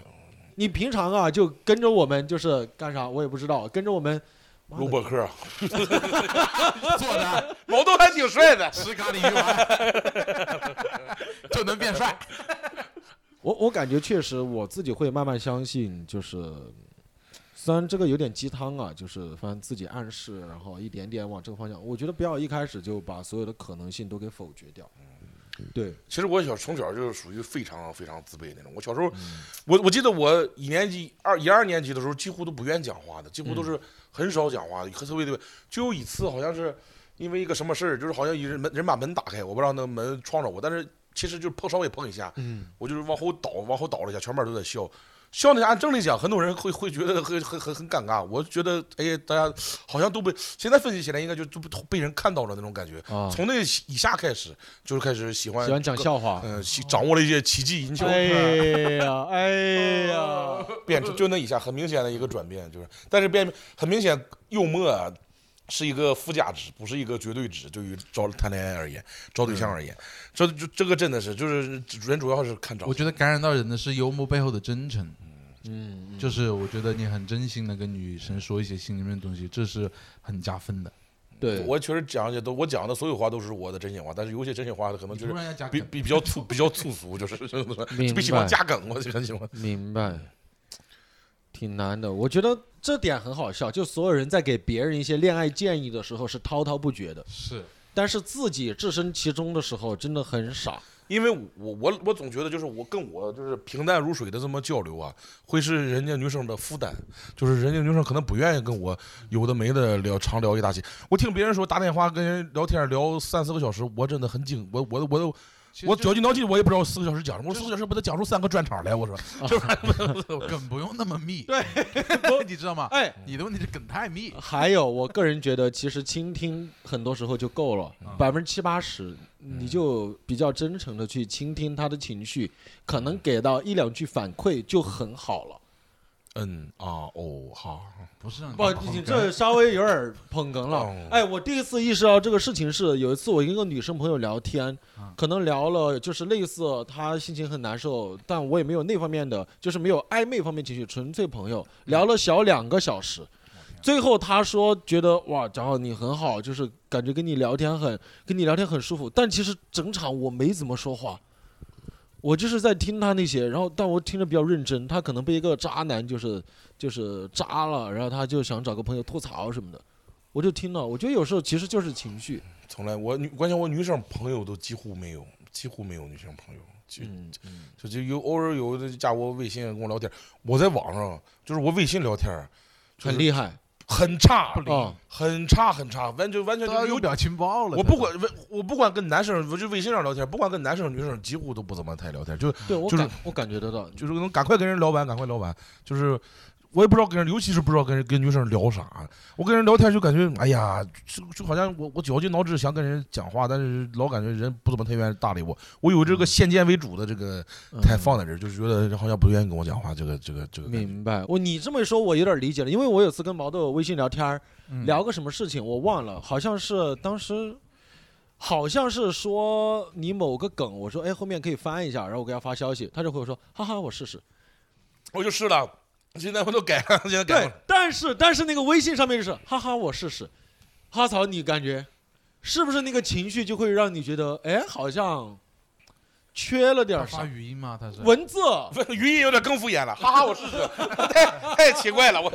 Speaker 1: 你平常啊就跟着我们就是干啥我也不知道，跟着我们，妈的
Speaker 2: 录播啊客，
Speaker 3: 做的
Speaker 2: 毛豆还挺帅的。
Speaker 3: 吃咖喱鱼丸就能变帅。
Speaker 1: 我我感觉确实我自己会慢慢相信，就是虽然这个有点鸡汤啊，就是反正自己暗示，然后一点点往这个方向。我觉得不要一开始就把所有的可能性都给否决掉。对，
Speaker 2: 其实我小从小就是属于非常非常自卑那种。我小时候，我我记得我一年级二一二年级的时候，几乎都不愿意讲话的，几
Speaker 1: 嗯
Speaker 2: 乎都是很少讲话的，很特别特别。就有一次好像是因为一个什么事儿，就是好像一人门人把门打开，我不知道那门撞着我，但是其实就是碰稍微碰一下，
Speaker 1: 嗯，
Speaker 2: 我就是往后倒，往后倒了一下，全班都在笑。笑点按正理讲，很多人会会觉得很很很很尴尬。我觉得，哎呀，大家好像都被现在分析起来，应该就就被被人看到了那种感觉。
Speaker 1: 啊，
Speaker 2: 从那以下开始，就是开始喜欢
Speaker 1: 喜欢讲，笑话。
Speaker 2: 呃，喜掌握了一些奇技淫巧，
Speaker 1: 哎呀，哎呀，
Speaker 2: 变
Speaker 3: 嗯
Speaker 2: 成就那以下很明显的一个转变，就是，但是变很明显，幽默啊是一个附加值，不是一个绝对值。对于招谈恋爱而言，找对
Speaker 3: 嗯
Speaker 2: 象而言，这就这个真的是，就是人主要是看长
Speaker 3: 我
Speaker 2: 相。
Speaker 3: 觉得感染到人的是幽默背后的真诚，
Speaker 1: 嗯，
Speaker 3: 就是我觉得你很真心的跟女生说一些心里面的东西，这是很加分的。
Speaker 1: 对，
Speaker 2: 我确实讲的都，我讲的所有话都是我的真心话，但是有些真心话可能
Speaker 3: 突
Speaker 2: 就是
Speaker 3: 然要加
Speaker 2: 比
Speaker 3: 梗，
Speaker 2: 比比较粗，比较粗俗，就是就是
Speaker 1: 明
Speaker 2: 不喜欢
Speaker 1: 白
Speaker 2: 加梗，我就很喜欢。
Speaker 1: 明白，挺难的。我觉得这点很好笑，就所有人在给别人一些恋爱建议的时候是滔滔不绝的，
Speaker 3: 是
Speaker 1: 但是自己置身其中的时候真的很少。
Speaker 2: 因为我我我总觉得就是我跟我就是平淡如水的这么交流啊，会是人家女生的负担，就是人家女生可能不愿意跟我有的没的聊常聊一大起。我听别人说打电话跟人聊天聊三四个小时，我真的很惊，我我我都我绞尽脑汁，我也不知道四个小时讲什么，我四个小时把它讲出三个专场来，我说
Speaker 3: 梗不用那么密，对， 你知道吗？
Speaker 1: 哎，
Speaker 3: 你的问题是梗太密，
Speaker 1: 还有，我个人觉得，其实倾听很多时候就够了，百分之七八十，你就比较真诚的去倾听他的情绪，可能给到一两句反馈就很好了。
Speaker 2: 嗯啊哦好，
Speaker 3: 不是让你
Speaker 1: 不，
Speaker 3: 当
Speaker 1: 你
Speaker 3: 嗯捧
Speaker 1: 这
Speaker 3: 哏
Speaker 1: 稍微有点捧哏了
Speaker 2: 哦。
Speaker 1: 哎，我第一次意识到这个事情是有一次我跟一个女生朋友聊天
Speaker 3: 啊，
Speaker 1: 可能聊了就是类似她心情很难受，但我也没有那方面的，就是没有暧昧方面情绪，纯粹朋友聊了小两个小时。最后她说觉得哇，蒋浩你很好，就是感觉跟你聊天很跟你聊天很舒服，但其实整场我没怎么说话。我就是在听她那些，然后但我听着比较认真，她可能被一个渣男就是就是渣了，然后他就想找个朋友吐槽什么的，我就听了，我觉得有时候其实就是情绪，
Speaker 2: 从来我女关键我女生朋友都几乎没有，几乎没有女性朋友，就
Speaker 1: 嗯，
Speaker 2: 就就有偶尔有的就加我微信跟我聊天，我在网上就是我微信聊天，就是
Speaker 1: 很厉害，
Speaker 2: 很差，
Speaker 1: 理嗯
Speaker 2: 很差很差，完全完全
Speaker 3: 都
Speaker 2: 就
Speaker 3: 要
Speaker 2: 是
Speaker 3: 有
Speaker 2: 有。
Speaker 3: 表情包了。
Speaker 2: 我不管，我不管跟男生，我就微信上聊天，不管跟男生女生，几乎都不怎么太聊天，就
Speaker 1: 对我
Speaker 2: 就是
Speaker 1: 感我感觉得到，
Speaker 2: 就是能赶快跟人聊完，赶快聊完，就是。我也不知道跟人，尤其是不知道跟人跟女生聊啥。我跟人聊天就感觉，哎呀，就就好像我我绞尽脑汁想跟人讲话，但是老感觉人不怎么太愿意搭理我。我有这个先见为主的这个
Speaker 1: 嗯
Speaker 2: 太放在这儿，就是觉得人好像不愿意跟我讲话。这个这个这个感觉，
Speaker 1: 明白。我你这么一说，我有点理解了，因为我有次跟毛豆微信聊天儿，
Speaker 3: 嗯
Speaker 1: 聊个什么事情我忘了，好像是当时。好像是说你某个梗，我说哎后面可以翻一下，然后我给他发消息，他就会说哈哈我试试。
Speaker 2: 我就试了，现在我都改了，现在改
Speaker 1: 对
Speaker 2: 了。，
Speaker 1: 但是但是那个微信上面就是哈哈，我试试。哈草，你感觉是不是那个情绪就会让你觉得，哎，好像缺了点
Speaker 3: 他
Speaker 1: 儿
Speaker 3: 发
Speaker 1: 啥？
Speaker 3: 语音吗？他是
Speaker 1: 文字，
Speaker 2: 语音有点更敷衍了，哈哈，我试试，太太奇怪了，我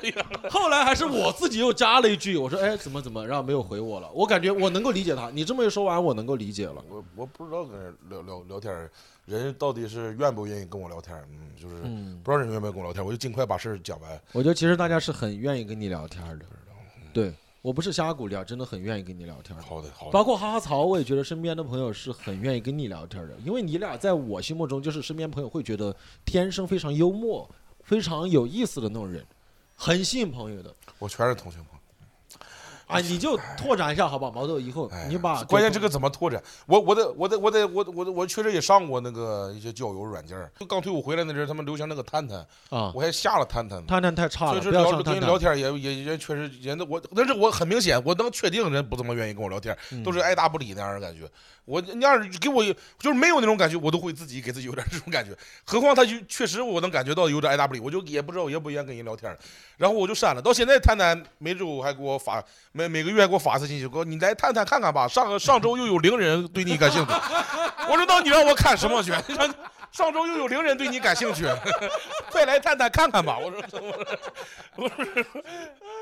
Speaker 1: 后来还是我自己又加了一句，我说，哎，怎么怎么，然后没有回我了。我感觉我能够理解他，你这么一说完，我能够理解了。
Speaker 2: 我我不知道跟人聊聊聊天儿，人到底是愿不愿意跟我聊天儿，嗯，就是
Speaker 1: 嗯，
Speaker 2: 不知道人愿不愿意跟我聊天儿，我就尽快把事儿讲完。
Speaker 1: 我觉得其实大家是很愿意跟你聊天儿的，对我不是瞎鼓励啊，真的很愿意跟你聊天儿的。
Speaker 2: 好的，好的，
Speaker 1: 包括哈哈曹，我也觉得身边的朋友是很愿意跟你聊天的，因为你俩在我心目中就是身边朋友会觉得天生非常幽默、非常有意思的那种人，很吸引朋友的。
Speaker 2: 我全是同性朋友。
Speaker 1: 啊，你就拓展一下好不好？毛豆，以后
Speaker 2: 哎，
Speaker 1: 你把
Speaker 2: 关键这个怎么拓展？我我得我得我得我得我得我确实也上过那个一些交友软件儿，就刚退伍回来那阵儿，他们流行那个探探，
Speaker 1: 啊，
Speaker 2: 我还下了探探呢。
Speaker 1: 探探太差了，
Speaker 2: 所以说
Speaker 1: 不要
Speaker 2: 聊
Speaker 1: 上
Speaker 2: 跟
Speaker 1: 探
Speaker 2: 人
Speaker 1: 探
Speaker 2: 聊。天儿也也人确实人的我，但是我很明显我能确定人不怎么愿意跟我聊天儿，
Speaker 1: 嗯
Speaker 2: 都是爱答不理那样的感觉。我你要是给我就是没有那种感觉，我都会自己给自己有点这种感觉。何况他就确实我能感觉到有点爱答不理，我就也不知道也不愿意跟人聊天儿，然后我就删了。到现在探探每周还给我发每每个月还给我发次信息，给我你来探探看看吧。上个上周又有零人对你感兴趣， 我说那你让我看什么去？ 上上周又有零人对你感兴趣， 快来探探看看吧。我说我说我说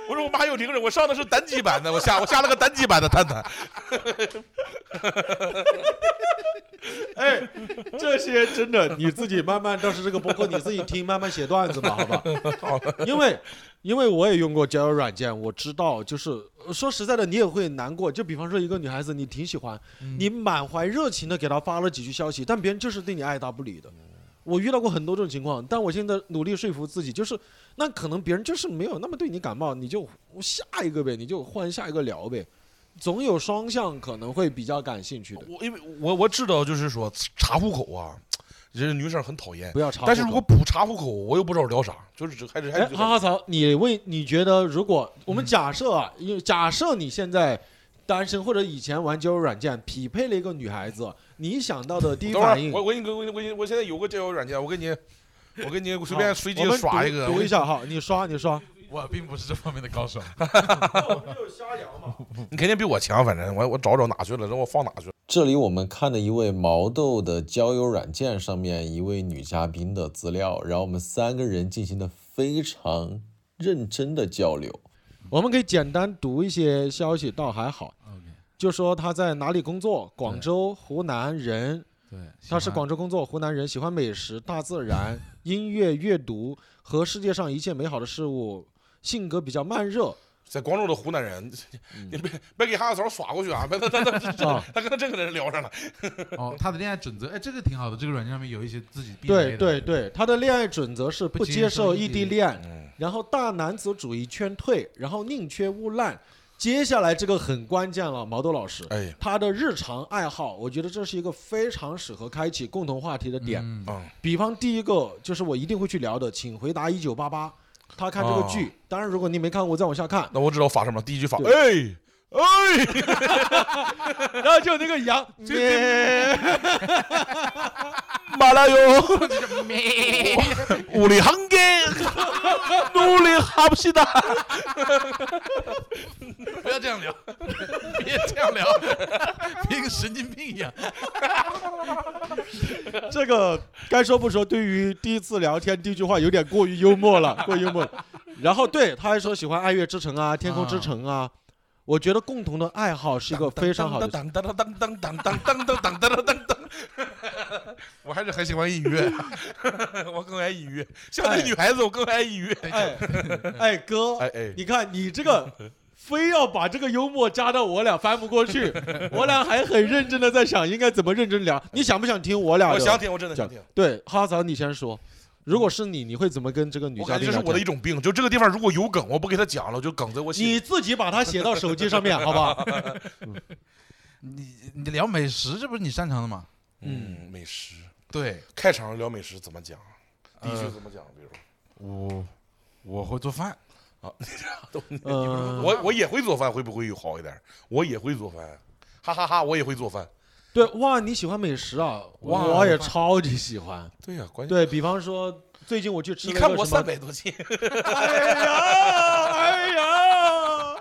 Speaker 2: 我说我妈有零人，我上的是单机版的，我下我下了个单机版的探探。
Speaker 1: 哎， 这些真的你自己慢慢，倒是这个播客你自己听，慢慢写段子吧，好 吧？因为因为我也用过交友软件，我知道，就是呃说实在的，你也会难过。就比方说一个女孩子，
Speaker 2: 嗯
Speaker 1: 你挺喜欢，你满怀热情的给她发了几句消息，但别人就是对你爱答不理的。我遇到过很多这种情况，但我现在努力说服自己，就是那可能别人就是没有那么对你感冒，你就下一个呗，你就换下一个聊呗，总有双向可能会比较感兴趣的，
Speaker 2: 我因为我我知道，就是说查户口啊，这女生很讨厌。
Speaker 1: 不要插。
Speaker 2: 但是如果不查户口，我又不知道聊啥，就是这还是还
Speaker 1: 哎，
Speaker 2: 是
Speaker 1: 哈哈曹，你为你觉得如果我们假设啊，因为假设你现在单身或者以前玩交友软件匹配了一个女孩子，你想到的第一
Speaker 2: 等会儿
Speaker 1: 反应，，
Speaker 2: 我我给你我给你我给你，我现在有个交友软件，我给你，我给你随便随机
Speaker 1: 我们
Speaker 2: 刷
Speaker 1: 读
Speaker 2: 一个，
Speaker 1: 读
Speaker 2: 我
Speaker 1: 一下哈，你刷你刷，
Speaker 3: 我并不是这方面的高手。
Speaker 2: 你肯定比我强，反正我我找找哪去了，让我放哪去了。
Speaker 4: 这里我们看了一位毛豆的交友软件上面一位女嘉宾的资料，然后我们三个人进行了非常认真的交流。
Speaker 1: 我们可以简单读一些消息，倒还好，
Speaker 3: OK，
Speaker 1: 就说他在哪里工作，广州、湖南人，
Speaker 3: 对，
Speaker 1: 他是
Speaker 3: 喜欢
Speaker 1: 广州工作，湖南人，喜欢美食、大自然、音乐、阅读和世界上一切美好的事物，性格比较慢 热。
Speaker 2: 在广州的湖南人，你别别给哈哈嫂耍过去啊！别他他他
Speaker 1: 啊
Speaker 2: 他他跟这个人聊上了，
Speaker 3: 哦，他的恋爱准则，哎，这个挺好的，这个软件上面有一些自己避雷
Speaker 1: 对
Speaker 3: 的
Speaker 1: 对，对，他的恋爱准则是不
Speaker 3: 不
Speaker 1: 接
Speaker 3: 接
Speaker 1: 受
Speaker 3: 受
Speaker 1: 异
Speaker 3: 异
Speaker 1: 地
Speaker 3: 地
Speaker 1: 恋，
Speaker 2: 嗯，
Speaker 1: 然后大男子主义劝退，然后宁缺毋滥。接下来这个很关键了，毛豆老师，
Speaker 2: 哎，
Speaker 1: 他的日常爱好，我觉得这是一个非常适合开启共同话题的点。
Speaker 3: 嗯
Speaker 2: 嗯，。
Speaker 1: 比方第一个就是我一定会去聊的，请回答一九八八。他看这个剧，当然如果你没看过，再往下看
Speaker 2: 那我知道发什么，第一句发，
Speaker 1: 对
Speaker 2: 哎哎，
Speaker 1: 然后就那个羊，咩
Speaker 2: 马拉哟，屋里行给，努力哈不西达，
Speaker 3: 不要这样聊， 别这样聊， 别跟神经病一样。
Speaker 1: 这个该说不说，对于第一次聊天第一句话有点过于幽默了，过于幽默了。然后对他还说喜欢《爱乐之城》啊，《天空之城》啊，我觉得共同的爱好是一个非常好的。
Speaker 2: 当当当当当当当当当当当当，我还是很喜欢音乐，我更爱音乐，相对女孩子我更爱音乐，
Speaker 1: 哎哎哥，
Speaker 2: 哎哎，
Speaker 1: 你看你这个非要把这个幽默加到我俩翻不过去，我俩还很认真的在想应该怎么认真聊。你想不想听我俩的？
Speaker 2: 我想听，我真的想
Speaker 1: 讲
Speaker 2: 听。
Speaker 1: 对，哈嫂你先说，如果是你，你会怎么跟这个女
Speaker 2: 我
Speaker 1: 嘉
Speaker 2: 感
Speaker 1: 宾
Speaker 2: 觉这是
Speaker 1: 聊
Speaker 2: 我的一
Speaker 1: 天？
Speaker 2: 种病，就这个地方如果有梗，我不给他讲了，就梗在我心里。
Speaker 1: 你自己把它写到手机上面，好吧？
Speaker 3: 你你聊美食，这不是你擅长的吗？
Speaker 2: 嗯，美食
Speaker 3: 对，
Speaker 2: 开场聊美食怎么讲？第一句
Speaker 3: 呃
Speaker 2: 怎么讲？比如
Speaker 3: 我我会做饭，
Speaker 1: 嗯，
Speaker 2: 我我也会做饭，会不会好一点？我也会做饭，哈哈哈我也会做饭。
Speaker 1: 对，哇，你喜欢美食啊？
Speaker 3: 哇
Speaker 1: 我也超级喜欢。
Speaker 2: 对呀，关键
Speaker 1: 对比方说，最近我去吃
Speaker 2: 你
Speaker 1: 了一
Speaker 2: 看
Speaker 1: 个
Speaker 2: 我
Speaker 1: 什么
Speaker 2: 三百多斤，
Speaker 1: 哎呀，哎呀，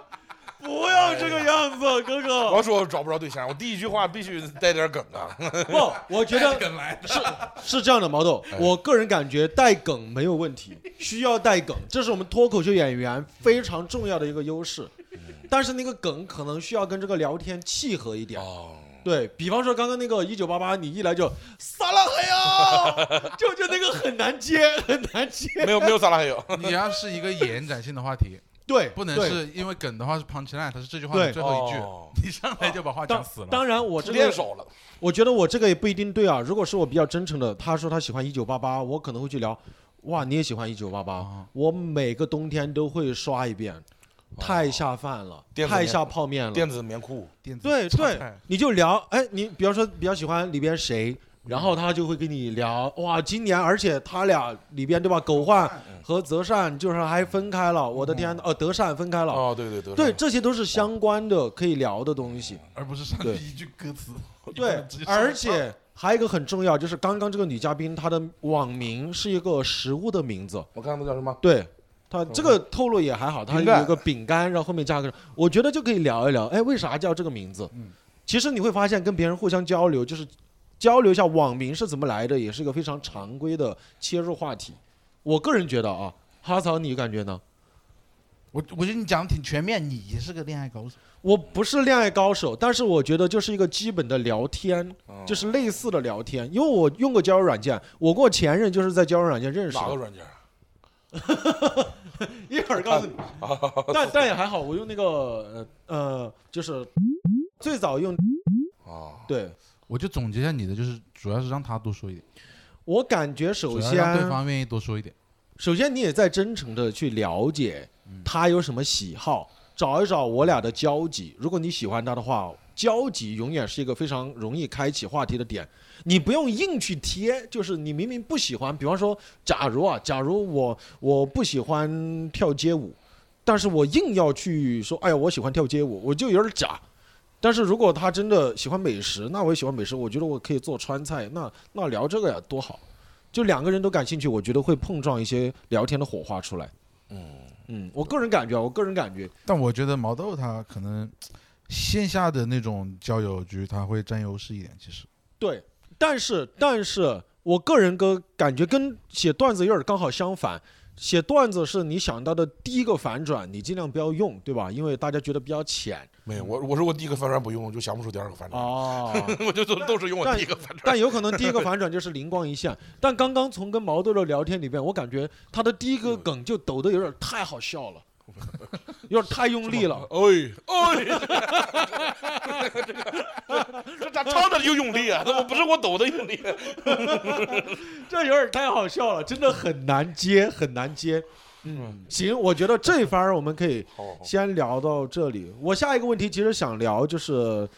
Speaker 1: 不要这个样子，哥哥。
Speaker 2: 我说我找不着对象，我第一句话必须带点梗啊。
Speaker 1: 不，我觉得
Speaker 3: 梗来的。
Speaker 1: 是是这样的，毛豆，我个人感觉带梗没有问题，需要带梗，这是我们脱口秀演员非常重要的一个优势。但是那个梗可能需要跟这个聊天契合一点。
Speaker 2: 哦，
Speaker 1: 对比方说刚刚那个一九八八，你一来就撒拉嘿呀，就就那个很难接，很难接。
Speaker 2: 没有没有，咱俩还有。
Speaker 3: 你要是一个延展性的话题，
Speaker 1: 对，
Speaker 3: 不能
Speaker 1: 对。
Speaker 3: 是因为梗的话是 punch line，它是这句话
Speaker 1: 对
Speaker 3: 的最后一句
Speaker 2: 哦，
Speaker 3: 你上来就把话
Speaker 1: 当
Speaker 3: 讲死了。
Speaker 1: 当然，我
Speaker 2: 我
Speaker 1: 这
Speaker 2: 练
Speaker 1: 个
Speaker 2: 少了，
Speaker 1: 我觉得我这个也不一定对啊。如果是我比较真诚的，他说他喜欢一九八八，我可能会去聊，哇，你也喜欢一九八八
Speaker 3: 哦？
Speaker 1: 我每个冬天都会刷一遍，太下饭了，
Speaker 2: 哦电子
Speaker 1: 太
Speaker 2: 面
Speaker 1: 下泡面了。
Speaker 2: 电子棉裤。
Speaker 3: 电子
Speaker 1: 对
Speaker 3: 榨
Speaker 1: 对
Speaker 3: 菜，
Speaker 1: 你就聊，哎，你比方说比较喜欢里边谁，然后他就会跟你聊，哇，今年而且他俩里边对吧，狗焕和德善就是还分开了，我的天，呃，德善分开了，
Speaker 2: 哦，对对对
Speaker 1: 对，，这些都是相关的可以聊的东西。
Speaker 3: 而不是上
Speaker 1: 对
Speaker 3: 去一句歌词。
Speaker 1: 对，而且还有一个很重要，就是刚刚这个女嘉宾她的网名是一个食物的名字，
Speaker 2: 我看那叫什么？
Speaker 1: 对。她这个透露也还好，她
Speaker 2: 饼干
Speaker 1: 有一个饼干，然后后面加个，我觉得就可以聊一聊，哎，为啥叫这个名字？
Speaker 3: 嗯
Speaker 1: 其实你会发现，跟别人互相交流，就是交流一下网名是怎么来的，也是一个非常常规的切入话题。我个人觉得啊，哈曹，你感觉呢？
Speaker 3: 我我觉得你讲的挺全面，你也是个恋爱高手。
Speaker 1: 我不是恋爱高手，但是我觉得就是一个基本的聊天，
Speaker 2: 嗯
Speaker 1: 就是类似的聊天。因为我用过交友软件，我跟我前任就是在交友软件认识
Speaker 2: 哪个
Speaker 1: 的。
Speaker 2: 软件？啊
Speaker 1: 一会儿告 诉你，但但也还好，我用那个呃呃，就是最早用
Speaker 2: 啊，
Speaker 1: 对。
Speaker 2: 哦
Speaker 3: 我就总结一下你的，就是主要是让他多说一点。
Speaker 1: 我感觉首
Speaker 3: 主要
Speaker 1: 先
Speaker 3: 让对方愿意多说一点。
Speaker 1: 首先，你也在真诚的去了解他有什么喜好，找一找我俩的交集。如果你喜欢他的话，交集永远是一个非常容易开启话题的点。你不用硬去贴，就是你明明不喜欢，比方说，假如啊，假如我我不喜欢跳街舞，但是我硬要去说，哎呀，我喜欢跳街舞，我就有点假。但是如果他真的喜欢美食，那我也喜欢美食，我觉得我可以做川菜，那那聊这个呀，多好。就两个人都感兴趣，我觉得会碰撞一些聊天的火花出来。
Speaker 2: 嗯，
Speaker 1: 嗯，我个人感觉，啊，我个人感觉，
Speaker 3: 但我觉得毛豆他可能线下的那种交友局他会占优势一点，其实
Speaker 1: 对，但是但是我个人跟感觉跟写段子有点刚好相反。写段子是你想到的第一个反转，你尽量不要用，对吧？因为大家觉得比较浅
Speaker 2: 没有，我我说我第一个反转不用，我就想不出第二个反转，
Speaker 1: 哦，
Speaker 2: 我就都都是用我
Speaker 1: 但
Speaker 2: 第一个反转。
Speaker 1: 但有可能第一个反转就是灵光一现。 但刚刚从跟毛豆的聊天里边，我感觉他的第一个梗就抖得有点太好笑 了，有点太用力了。
Speaker 2: 哎哎， 这咋唱着就用力啊？怎么不是我抖的用力？
Speaker 1: 这有点太好笑了，真的很难接，很难接。嗯，行，我觉得这一番儿我们可以
Speaker 2: 好好好，
Speaker 1: 先聊到这里。我下一个问题其实想聊就是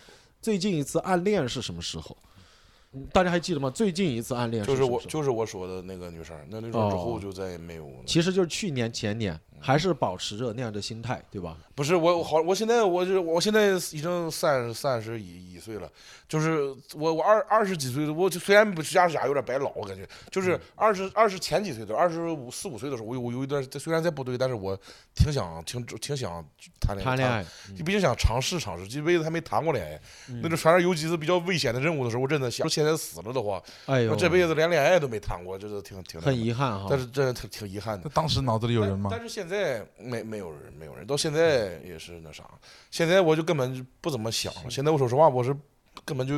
Speaker 1: 最近一次暗恋是什么时候？嗯大家还记得吗？最近一次暗恋
Speaker 2: 就是
Speaker 1: 什么
Speaker 2: 我
Speaker 1: 时候
Speaker 2: 就是我说的那个女生，那那种之后
Speaker 1: 哦
Speaker 2: 就再也没有了。
Speaker 1: 其实就是去年前年，还是保持着那样的心态，对吧？
Speaker 2: 不是我好，我现在我是我现在已经三三十一一岁了，就是我我二二十几岁的，我就虽然不是牙是牙有点白老，我感觉
Speaker 1: 嗯
Speaker 2: 就是二十二十前几岁的，二十五四五岁的时候，我有我有一段虽然在部队，但是我挺想挺挺想谈恋爱，
Speaker 1: 谈恋爱，嗯
Speaker 2: 毕竟想尝试尝试，这辈子还没谈过恋爱，那种船上有几次比较危险的任务的时候，我真的想，现在死了的话，
Speaker 1: 哎
Speaker 2: 我
Speaker 1: 呦，
Speaker 2: 这辈子连恋爱都没谈过，这是挺挺那
Speaker 1: 很
Speaker 2: 个
Speaker 1: 遗憾哈。
Speaker 2: 但是真的挺挺遗憾的
Speaker 3: 那。当时脑子里有人吗
Speaker 2: 但？但是现在没没有人，没有人，到现在也是那啥。现在我就根本就不怎么想了。现在我说实话，我是根本就，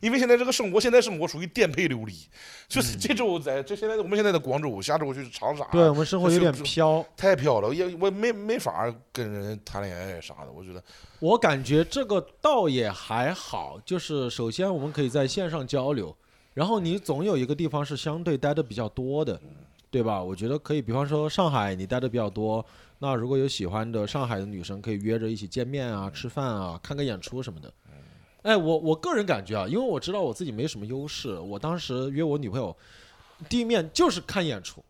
Speaker 2: 因为现在这个生活，现在生活属于颠沛流
Speaker 1: 嗯
Speaker 2: 离，就是这周在这现在我们现在在广州，下周我去长沙，
Speaker 1: 对我们生活有点
Speaker 2: 这是
Speaker 1: 飘，
Speaker 2: 太飘了，也我没没法跟人谈恋爱啥的。我觉得
Speaker 1: 我感觉这个倒也还好，就是首先我们可以在线上交流，然后你总有一个地方是相对待的比较多的，对吧？我觉得可以，比方说上海你待的比较多，那如果有喜欢的上海的女生，可以约着一起见面啊、吃饭啊、看个演出什么的。哎，我我个人感觉啊，因为我知道我自己没什么优势，我当时约我女朋友第一面就是看演出，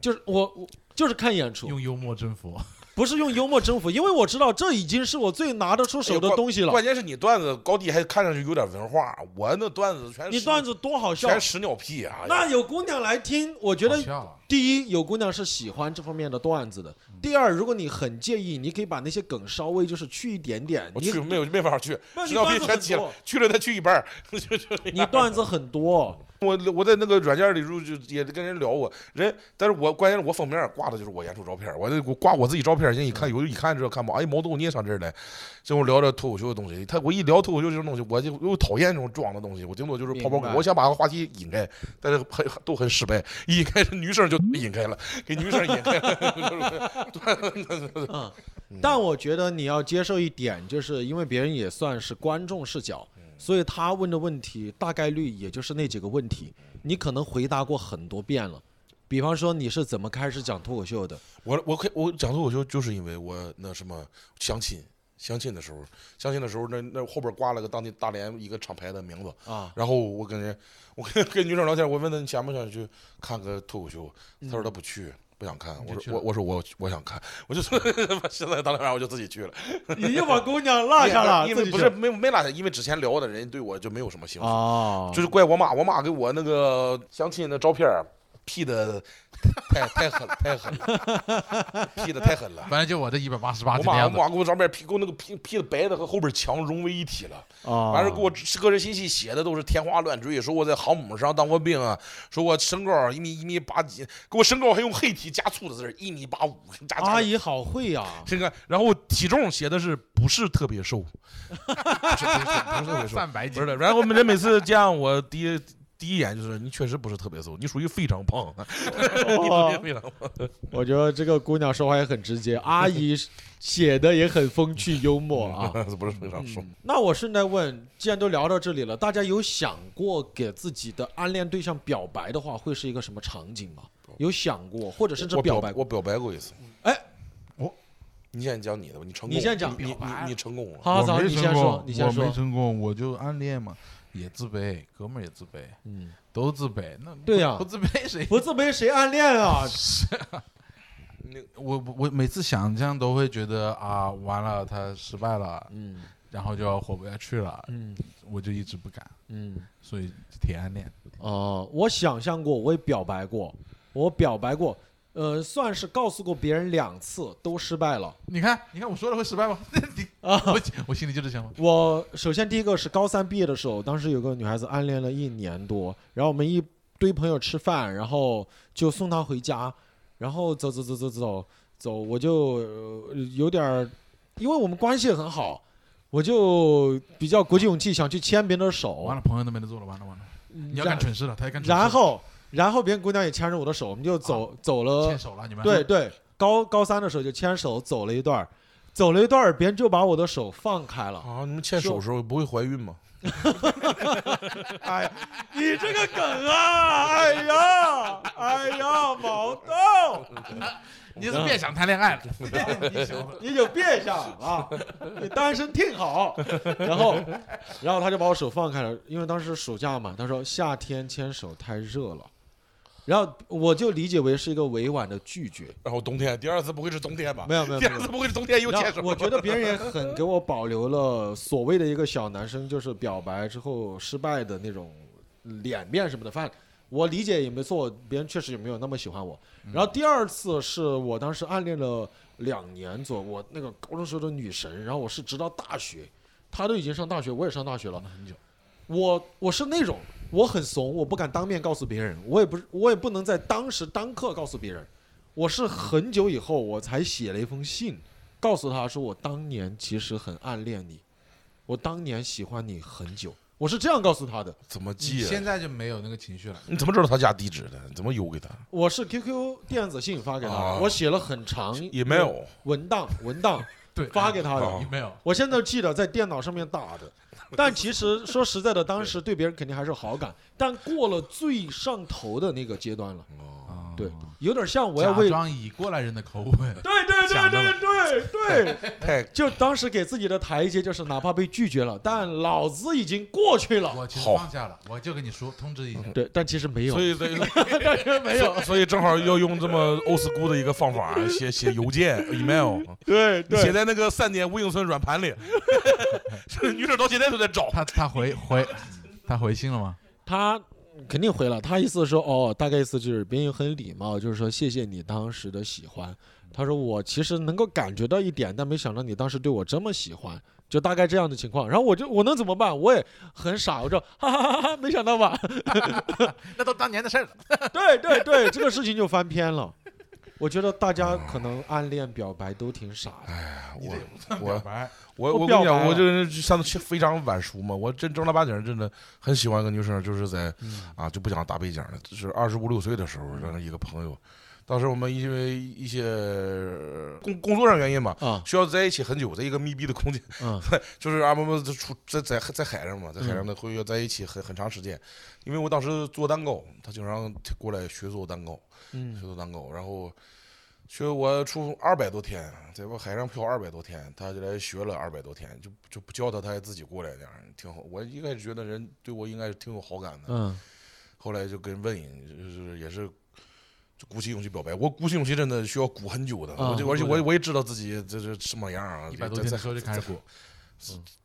Speaker 1: 就是我我就是看演出，
Speaker 3: 用幽默征服，
Speaker 1: 不是用幽默征服，因为我知道这已经是我最拿得出手的东西了。
Speaker 2: 哎关键是你段子高低还看上去有点文化，我那段子全是
Speaker 1: 你段子多好笑，
Speaker 2: 全屎尿屁啊！
Speaker 1: 那有姑娘来听，我觉
Speaker 3: 觉
Speaker 1: 得第一有姑娘是喜欢这方面的段子的；
Speaker 2: 嗯
Speaker 1: 第二，如果你很介意，你可以把那些梗稍微就是去一点点。
Speaker 2: 我
Speaker 1: 你
Speaker 2: 去没有没法去，
Speaker 1: 那你
Speaker 2: 屎尿
Speaker 1: 段
Speaker 2: 屁
Speaker 1: 子
Speaker 2: 全
Speaker 1: 很
Speaker 2: 起来
Speaker 1: 多
Speaker 2: 去了再去一半儿，就就那
Speaker 1: 你
Speaker 2: 样
Speaker 1: 段子很多，
Speaker 2: 我我在那个软件里入就也跟人聊过，人，但是我关键是我封面挂的就是我演出照片，我这我挂我自己照片，人一
Speaker 1: 嗯
Speaker 2: 看有一看就知道看不，哎，毛豆你也上这儿来，这我聊着脱口秀的东西，他我一聊脱口秀这种东西，我就又讨厌这种装的东西，我顶多就是泡泡
Speaker 1: 明
Speaker 2: 狗，
Speaker 1: 白
Speaker 2: 我想把话题引开，但是很都很失败，一引开女生就
Speaker 1: 嗯
Speaker 2: 引开了，给女生引开了， 就是
Speaker 1: 嗯，但我觉得你要接受一点，就是因为别人也算是观众视角，
Speaker 2: 嗯
Speaker 1: 所以他问的问题大概率也就是那几个问题，
Speaker 2: 嗯
Speaker 1: 你可能回答过很多遍了。比方说你是怎么开始讲脱口秀的？
Speaker 2: 我我可以我讲脱口秀就是因为我那什么相亲。相亲的时候，相亲的时候，那那后边挂了个当地大连一个厂牌的名字，
Speaker 1: 啊，
Speaker 2: 然后我跟人，我跟跟女生聊天，我问她你想不想去看个脱口秀，她说她不去，不想看。
Speaker 3: 嗯你就
Speaker 2: 我
Speaker 3: 去
Speaker 2: 说
Speaker 3: 了
Speaker 2: 我我说我我想看，我就 说现在当然我就自己去了，
Speaker 1: 你就把姑娘落下了，
Speaker 2: 因
Speaker 1: 自
Speaker 2: 为
Speaker 1: 己
Speaker 2: 不
Speaker 1: 去
Speaker 2: 是没没拉下，因为之前聊的人对我就没有什么兴趣，
Speaker 3: 啊
Speaker 1: 哦，
Speaker 2: 就是怪我妈，我妈给我那个相亲的照片儿 P 的太太狠太狠了，P 的太狠了。
Speaker 3: 反正就我这一百八十八
Speaker 2: 我
Speaker 3: 斤的
Speaker 2: 妈我
Speaker 3: 样子，啊
Speaker 2: 妈给我照片 P 给我那个 P P 的白的和后边墙融为一体了。
Speaker 1: 哦，
Speaker 2: 完事儿给我个人信息写的都是天花乱坠，说我在航母上当过兵啊，说我身高一米一米八几，给我身高还用黑体加粗的字儿一米八五加加
Speaker 1: 阿
Speaker 2: 的。
Speaker 1: 姨好会啊呀、
Speaker 2: 这个，然后体重写的是不是特 别瘦，不是不是不是特别瘦，
Speaker 3: 三百
Speaker 2: 不
Speaker 3: 斤
Speaker 2: 是，的。然后我们人每次见我第一第一眼就是你确实不是特别瘦，你属于非常胖，啊 你属于
Speaker 1: 哦
Speaker 2: 非常胖。
Speaker 1: 我觉得这个姑娘说话也很直 接，阿姨写的也很风趣幽默啊。
Speaker 2: 不是非常瘦。
Speaker 1: 那我顺带问，既然都聊到这里了，大家有想过给自己的暗恋对象表白的话，会是一个什么场景吗？有想过，或者甚至
Speaker 2: 我
Speaker 1: 表
Speaker 2: 表
Speaker 1: 白过？
Speaker 2: 我表白过一次。
Speaker 1: 哎，
Speaker 3: 我
Speaker 2: 你先讲你的吧，你成功了，
Speaker 1: 你先讲
Speaker 2: 你
Speaker 1: 表
Speaker 2: 你
Speaker 3: 白
Speaker 2: 你成功了。
Speaker 1: 好，
Speaker 3: 我
Speaker 1: 早，
Speaker 3: 没
Speaker 1: 你
Speaker 3: 成
Speaker 1: 先说
Speaker 3: 功，，
Speaker 1: 你先
Speaker 3: 我没
Speaker 1: 说。
Speaker 3: 成功，我就暗恋嘛，也自卑，哥们儿也自卑，
Speaker 1: 嗯，
Speaker 3: 都自卑。那
Speaker 1: 对呀
Speaker 3: 不自卑谁？
Speaker 1: 不自卑谁暗恋啊？
Speaker 2: 那个
Speaker 3: 我我我每次想这样都会觉得啊，完了，他失败了，
Speaker 1: 嗯
Speaker 3: 然后就要活不下去了，
Speaker 1: 嗯
Speaker 3: 我就一直不敢，
Speaker 1: 嗯。
Speaker 3: 所以铁暗恋。
Speaker 1: 哦、我想象过，我也表白过，我表白过，呃，算是告诉过别人两次，都失败了。
Speaker 3: 你看，你看，我说了会失败吗？ 你
Speaker 1: 啊
Speaker 3: 我我心里就这想法。
Speaker 1: 我首先第一个是高三毕业的时候，当时有个女孩子暗恋了一年多，然后我们一堆朋友吃饭，然后就送她回家，然后走走走走走走，我就、呃有点儿，因为我们关系很好，我就比较鼓起勇气想去牵别人的手
Speaker 3: 完，了，朋友都没得做了，完了完了，你要干
Speaker 1: 然
Speaker 3: 蠢事了，他要干蠢事了。
Speaker 1: 然后然后别人姑娘也牵着我的手，我们就走、走了
Speaker 3: 牵手了，你们
Speaker 1: 对对，高高三的时候就牵手走了一段儿，走了一段儿，别人就把我的手放开了。
Speaker 2: 啊，你们牵手的时候不会怀孕吗？
Speaker 1: 哎呀，你这个梗啊！ 哎呀，哎呀，毛豆，
Speaker 3: 你是别想谈恋爱了， 你小子
Speaker 1: 你就别想了，你单身挺好。然后，然后他就把我手放开了，因为当时暑假嘛，他说夏天牵手太热了。然后我就理解为是一个委婉的拒绝，
Speaker 2: 然后冬天，第二次不会是冬天吧？
Speaker 1: 没有没有没
Speaker 2: 第
Speaker 1: 有
Speaker 2: 二次不会是冬天又
Speaker 1: 然
Speaker 2: 牵
Speaker 1: 后
Speaker 2: 手？
Speaker 1: 我觉得别人 也很给我保留了所谓的一个小男生，就是表白之后失败的那种脸面什么的。反正我理解也没错，别人确实也没有那么喜欢我。然后第二次是我当时暗恋了两年左右，我那个高中时候的女神，然后我是直到大学，她都已经上大学，我也上大学了。
Speaker 3: 很久。
Speaker 1: 我我是那种我很怂，我不敢当面告诉别人，我也不是我也不能在当时当刻告诉别人，我是很久以后我才写了一封信，告诉他说我当年其实很暗恋你，我当年喜欢你很久，我是这样告诉他的，
Speaker 2: 怎么
Speaker 3: 你
Speaker 2: 记啊？
Speaker 3: 现在就没有那个情绪了。
Speaker 2: 你怎么知道他家地址的？你怎么邮给他？
Speaker 1: 我是 QQ 电子信发给他的，
Speaker 2: 啊
Speaker 1: 我写了很长
Speaker 2: 也没有，
Speaker 1: 文档文档
Speaker 3: 对，
Speaker 1: 发给他的。
Speaker 2: 啊
Speaker 3: 没有。
Speaker 1: 我现在记得在电脑上面打的，但其实说实在的，当时对别人肯定还是有好感，但过了最上头的那个阶段了。
Speaker 2: 哦
Speaker 1: 对，有点像我要为
Speaker 3: 假装以过来人的口吻，
Speaker 1: 对对
Speaker 3: 假的
Speaker 1: 对对对，
Speaker 2: 太
Speaker 1: 就当时给自己的台阶就是，哪怕被拒绝了，但老子已经过去了。
Speaker 3: 我其实
Speaker 2: 好
Speaker 3: 放下了，我就跟你说通知一下，
Speaker 1: 对，但其实没有
Speaker 2: 所，以 这没有，所以正好要用这么 old school 的一个方法，写写邮件 email，
Speaker 1: 对
Speaker 2: 写，在那个三点五英寸软 盘里，女生到现在都在找。
Speaker 3: 他他回回他回信了吗？
Speaker 1: 他肯定回了，他意思是说哦，大概意思就是别人很礼貌，就是说谢谢你当时的喜欢。他说我其实能够感觉到一点，但没想到你当时对我这么喜欢，就大概这样的情况。然后我就我能怎么办？我也很傻，我就哈哈哈哈，没想到吧？
Speaker 3: 那都当年的事儿了。
Speaker 1: 对对对，这个事情就翻篇了。我觉得大家可能暗恋表白都挺傻
Speaker 2: 哎
Speaker 1: 的。
Speaker 2: 我
Speaker 3: 表
Speaker 2: 我
Speaker 3: 白，
Speaker 2: 我
Speaker 1: 我
Speaker 2: 我跟
Speaker 1: 表
Speaker 2: 你
Speaker 1: 白
Speaker 2: 讲，
Speaker 1: 了
Speaker 2: 我这人上次非常晚熟嘛，我真正儿八经儿真的很喜欢一个女生，就是在啊就不讲大背景了，就是二十五六岁的时候，然后一个朋友，当时我们因为一些呃工工作上原因嘛，
Speaker 1: 啊
Speaker 2: 需要在一起很久，在一个密闭的空间，
Speaker 1: 嗯
Speaker 2: 就是俺们就出在在在海上嘛，在海上的会要在一起很很长时间，因为我当时做蛋糕，他经常过来学做蛋糕，学
Speaker 1: 嗯
Speaker 2: 做蛋糕，然后学我出二百多天，在我海上漂二百多天，他就来学了二百多天，就就不叫他，他还自己过来点儿，挺好。我一开始觉得人对我应该是挺有好感的，
Speaker 1: 嗯
Speaker 2: 后来就跟问，就是也是就鼓起勇气表白。我鼓起勇气真的需要鼓很久的，
Speaker 1: 啊
Speaker 2: 我就而且
Speaker 3: 对对
Speaker 2: 我我也知道自己这这什么样啊，
Speaker 3: 一百多
Speaker 2: 在
Speaker 3: 天
Speaker 2: 在
Speaker 3: 的时候就开始过，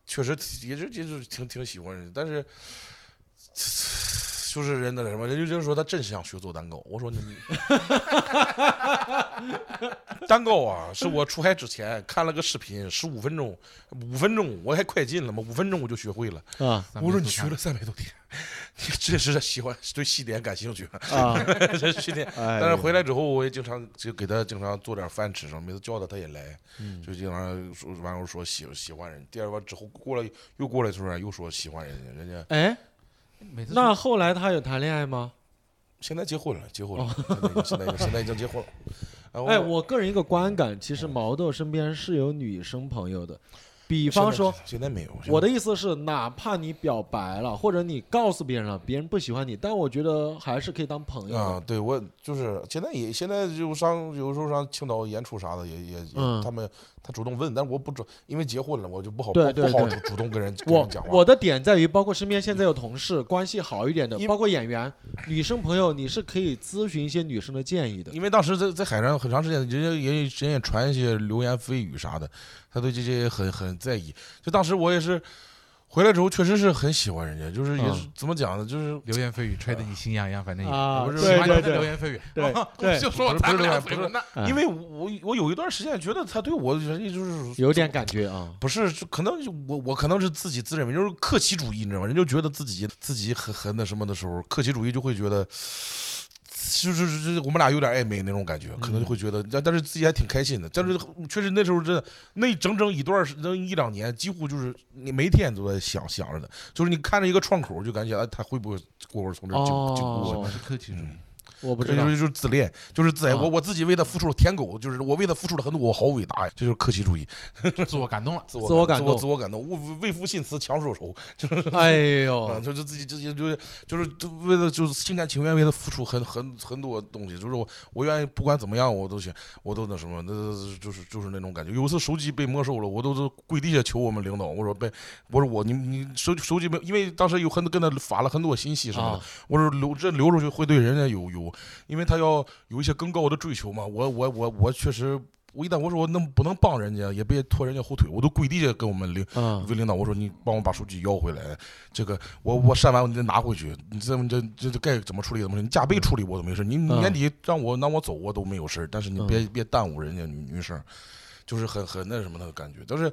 Speaker 2: 确实也是也是挺挺喜欢人，但是。就是人的什么，人家就是说他真想学做蛋糕。我说你， 蛋糕啊，是我出海之前看了个视频，十五分钟，五分钟我还快进了嘛，五分钟我就学会了。
Speaker 1: 啊
Speaker 3: 咱们
Speaker 2: 我说你
Speaker 3: 就
Speaker 2: 学了三百多天， 你真是喜欢对西点感兴趣，
Speaker 1: 啊！
Speaker 2: 真是西点
Speaker 1: 哎
Speaker 2: 但是回来之后，我也经常就给他经常做点饭吃，什么每次叫他他也来，
Speaker 1: 嗯
Speaker 2: 就经常说完了说喜喜欢人。第二完之后过了又过了一段时间又说喜欢人家，人家
Speaker 1: 哎，
Speaker 3: 每次
Speaker 1: 那后来他有谈恋爱吗？
Speaker 2: 现在结婚了，结婚了，现在已经现在已经现在已经结婚了。哦
Speaker 1: 哎，我个人一个观感，其实毛豆身边是有女生朋友的，比方说，
Speaker 2: 现在现在没有，现在
Speaker 1: 我的意思是，哪怕你表白了，或者你告诉别人了，别人不喜欢你，但我觉得还是可以当朋友的。
Speaker 2: 啊，对我就是现在也现在就上有时候上青岛演出啥的也也也
Speaker 1: 嗯
Speaker 2: 他们他主动问，但我不主因为结婚了我就不好
Speaker 1: 对
Speaker 2: 不
Speaker 1: 对
Speaker 2: 不好
Speaker 1: 对
Speaker 2: 主主动跟人跟
Speaker 1: 我
Speaker 2: 人讲话。
Speaker 1: 我的点在于，包括身边现在有同事关系好一点的，
Speaker 2: 因
Speaker 1: 包括演员、女生朋友，你是可以咨询一些女生的建议的。
Speaker 2: 因为当时在在海上很长时间，人家也人家也传一些流言蜚语啥的，他对这些很很在意。就当时我也是回来之后，确实是很喜欢人家，就是也是、
Speaker 1: 嗯
Speaker 2: 怎么讲呢，就是
Speaker 3: 流言蜚语吹得你心痒痒，反正也
Speaker 1: 啊
Speaker 3: 我是
Speaker 1: 对
Speaker 3: 喜欢
Speaker 1: 对
Speaker 3: 你的
Speaker 1: 对
Speaker 3: 流言蜚语，哦
Speaker 1: 对
Speaker 2: 啊
Speaker 1: 对
Speaker 3: 我就说我
Speaker 2: 不是
Speaker 3: 谈
Speaker 2: 不是
Speaker 3: 恋爱
Speaker 2: 不是
Speaker 3: 不是那
Speaker 1: 哎
Speaker 2: 因为我我有一段时间觉得他对我人家就是
Speaker 1: 有点感觉啊，
Speaker 2: 不是，就可能就我我可能是自己自认为就是克己主义，你知道吗？人就觉得自己自己很很那什么的时候，克己主义就会觉得，就是就是我们俩有点暧昧那种感觉，可
Speaker 1: 嗯
Speaker 2: 能就会觉得，但但是自己还挺开心的。但是确实那时候真的那整整一段时那一两年，几乎就是你每天都在想想着的，就是你看着一个窗口就感觉哎他会不会过会儿从这儿经经
Speaker 1: 哦
Speaker 2: 过去。
Speaker 3: 我是客气主义，
Speaker 1: 我不
Speaker 2: 啊这
Speaker 1: 知
Speaker 2: 就
Speaker 1: 道
Speaker 2: 是就是自恋，就是自爱。
Speaker 1: 啊
Speaker 2: 我我自己为他付出了舔狗，就是我为他付出了很多，我好伟大呀！这就是克己主义。
Speaker 3: 自我感动了。
Speaker 2: 自
Speaker 1: 自我
Speaker 2: 我
Speaker 1: 感动
Speaker 2: 自我感动，为为赋新词强说愁，
Speaker 1: 哎
Speaker 2: 啊，
Speaker 1: 呦，
Speaker 2: 就就自己自己就是就是就为了就是心甘情愿为了付出很很很多东西，就是我我愿意不管怎么样我都行，我都那什么，那就是就是那种感觉。有一次手机被没收了，我都是跪地下求我们领导，我说被我说我你你手手机没，因为当时有很多跟他发了很多信息什么的，
Speaker 1: 啊
Speaker 2: 我说留这留出去会对人家有有，因为他要有一些更高的追求嘛。我我我我确实。我一旦我说我能不能帮人家，也别拖人家后腿，我都跪地下跟我们领
Speaker 1: 嗯，
Speaker 2: 魏领导，我说你帮我把手机要回来，这个我我删完我你再拿回去，你这么这这这该怎么处理怎么处理，你加倍处理我都没事，你你
Speaker 1: 嗯
Speaker 2: 年底让我让我走我都没有事儿但是你别、别耽误人家女女生，就是很很那什么的感觉，但是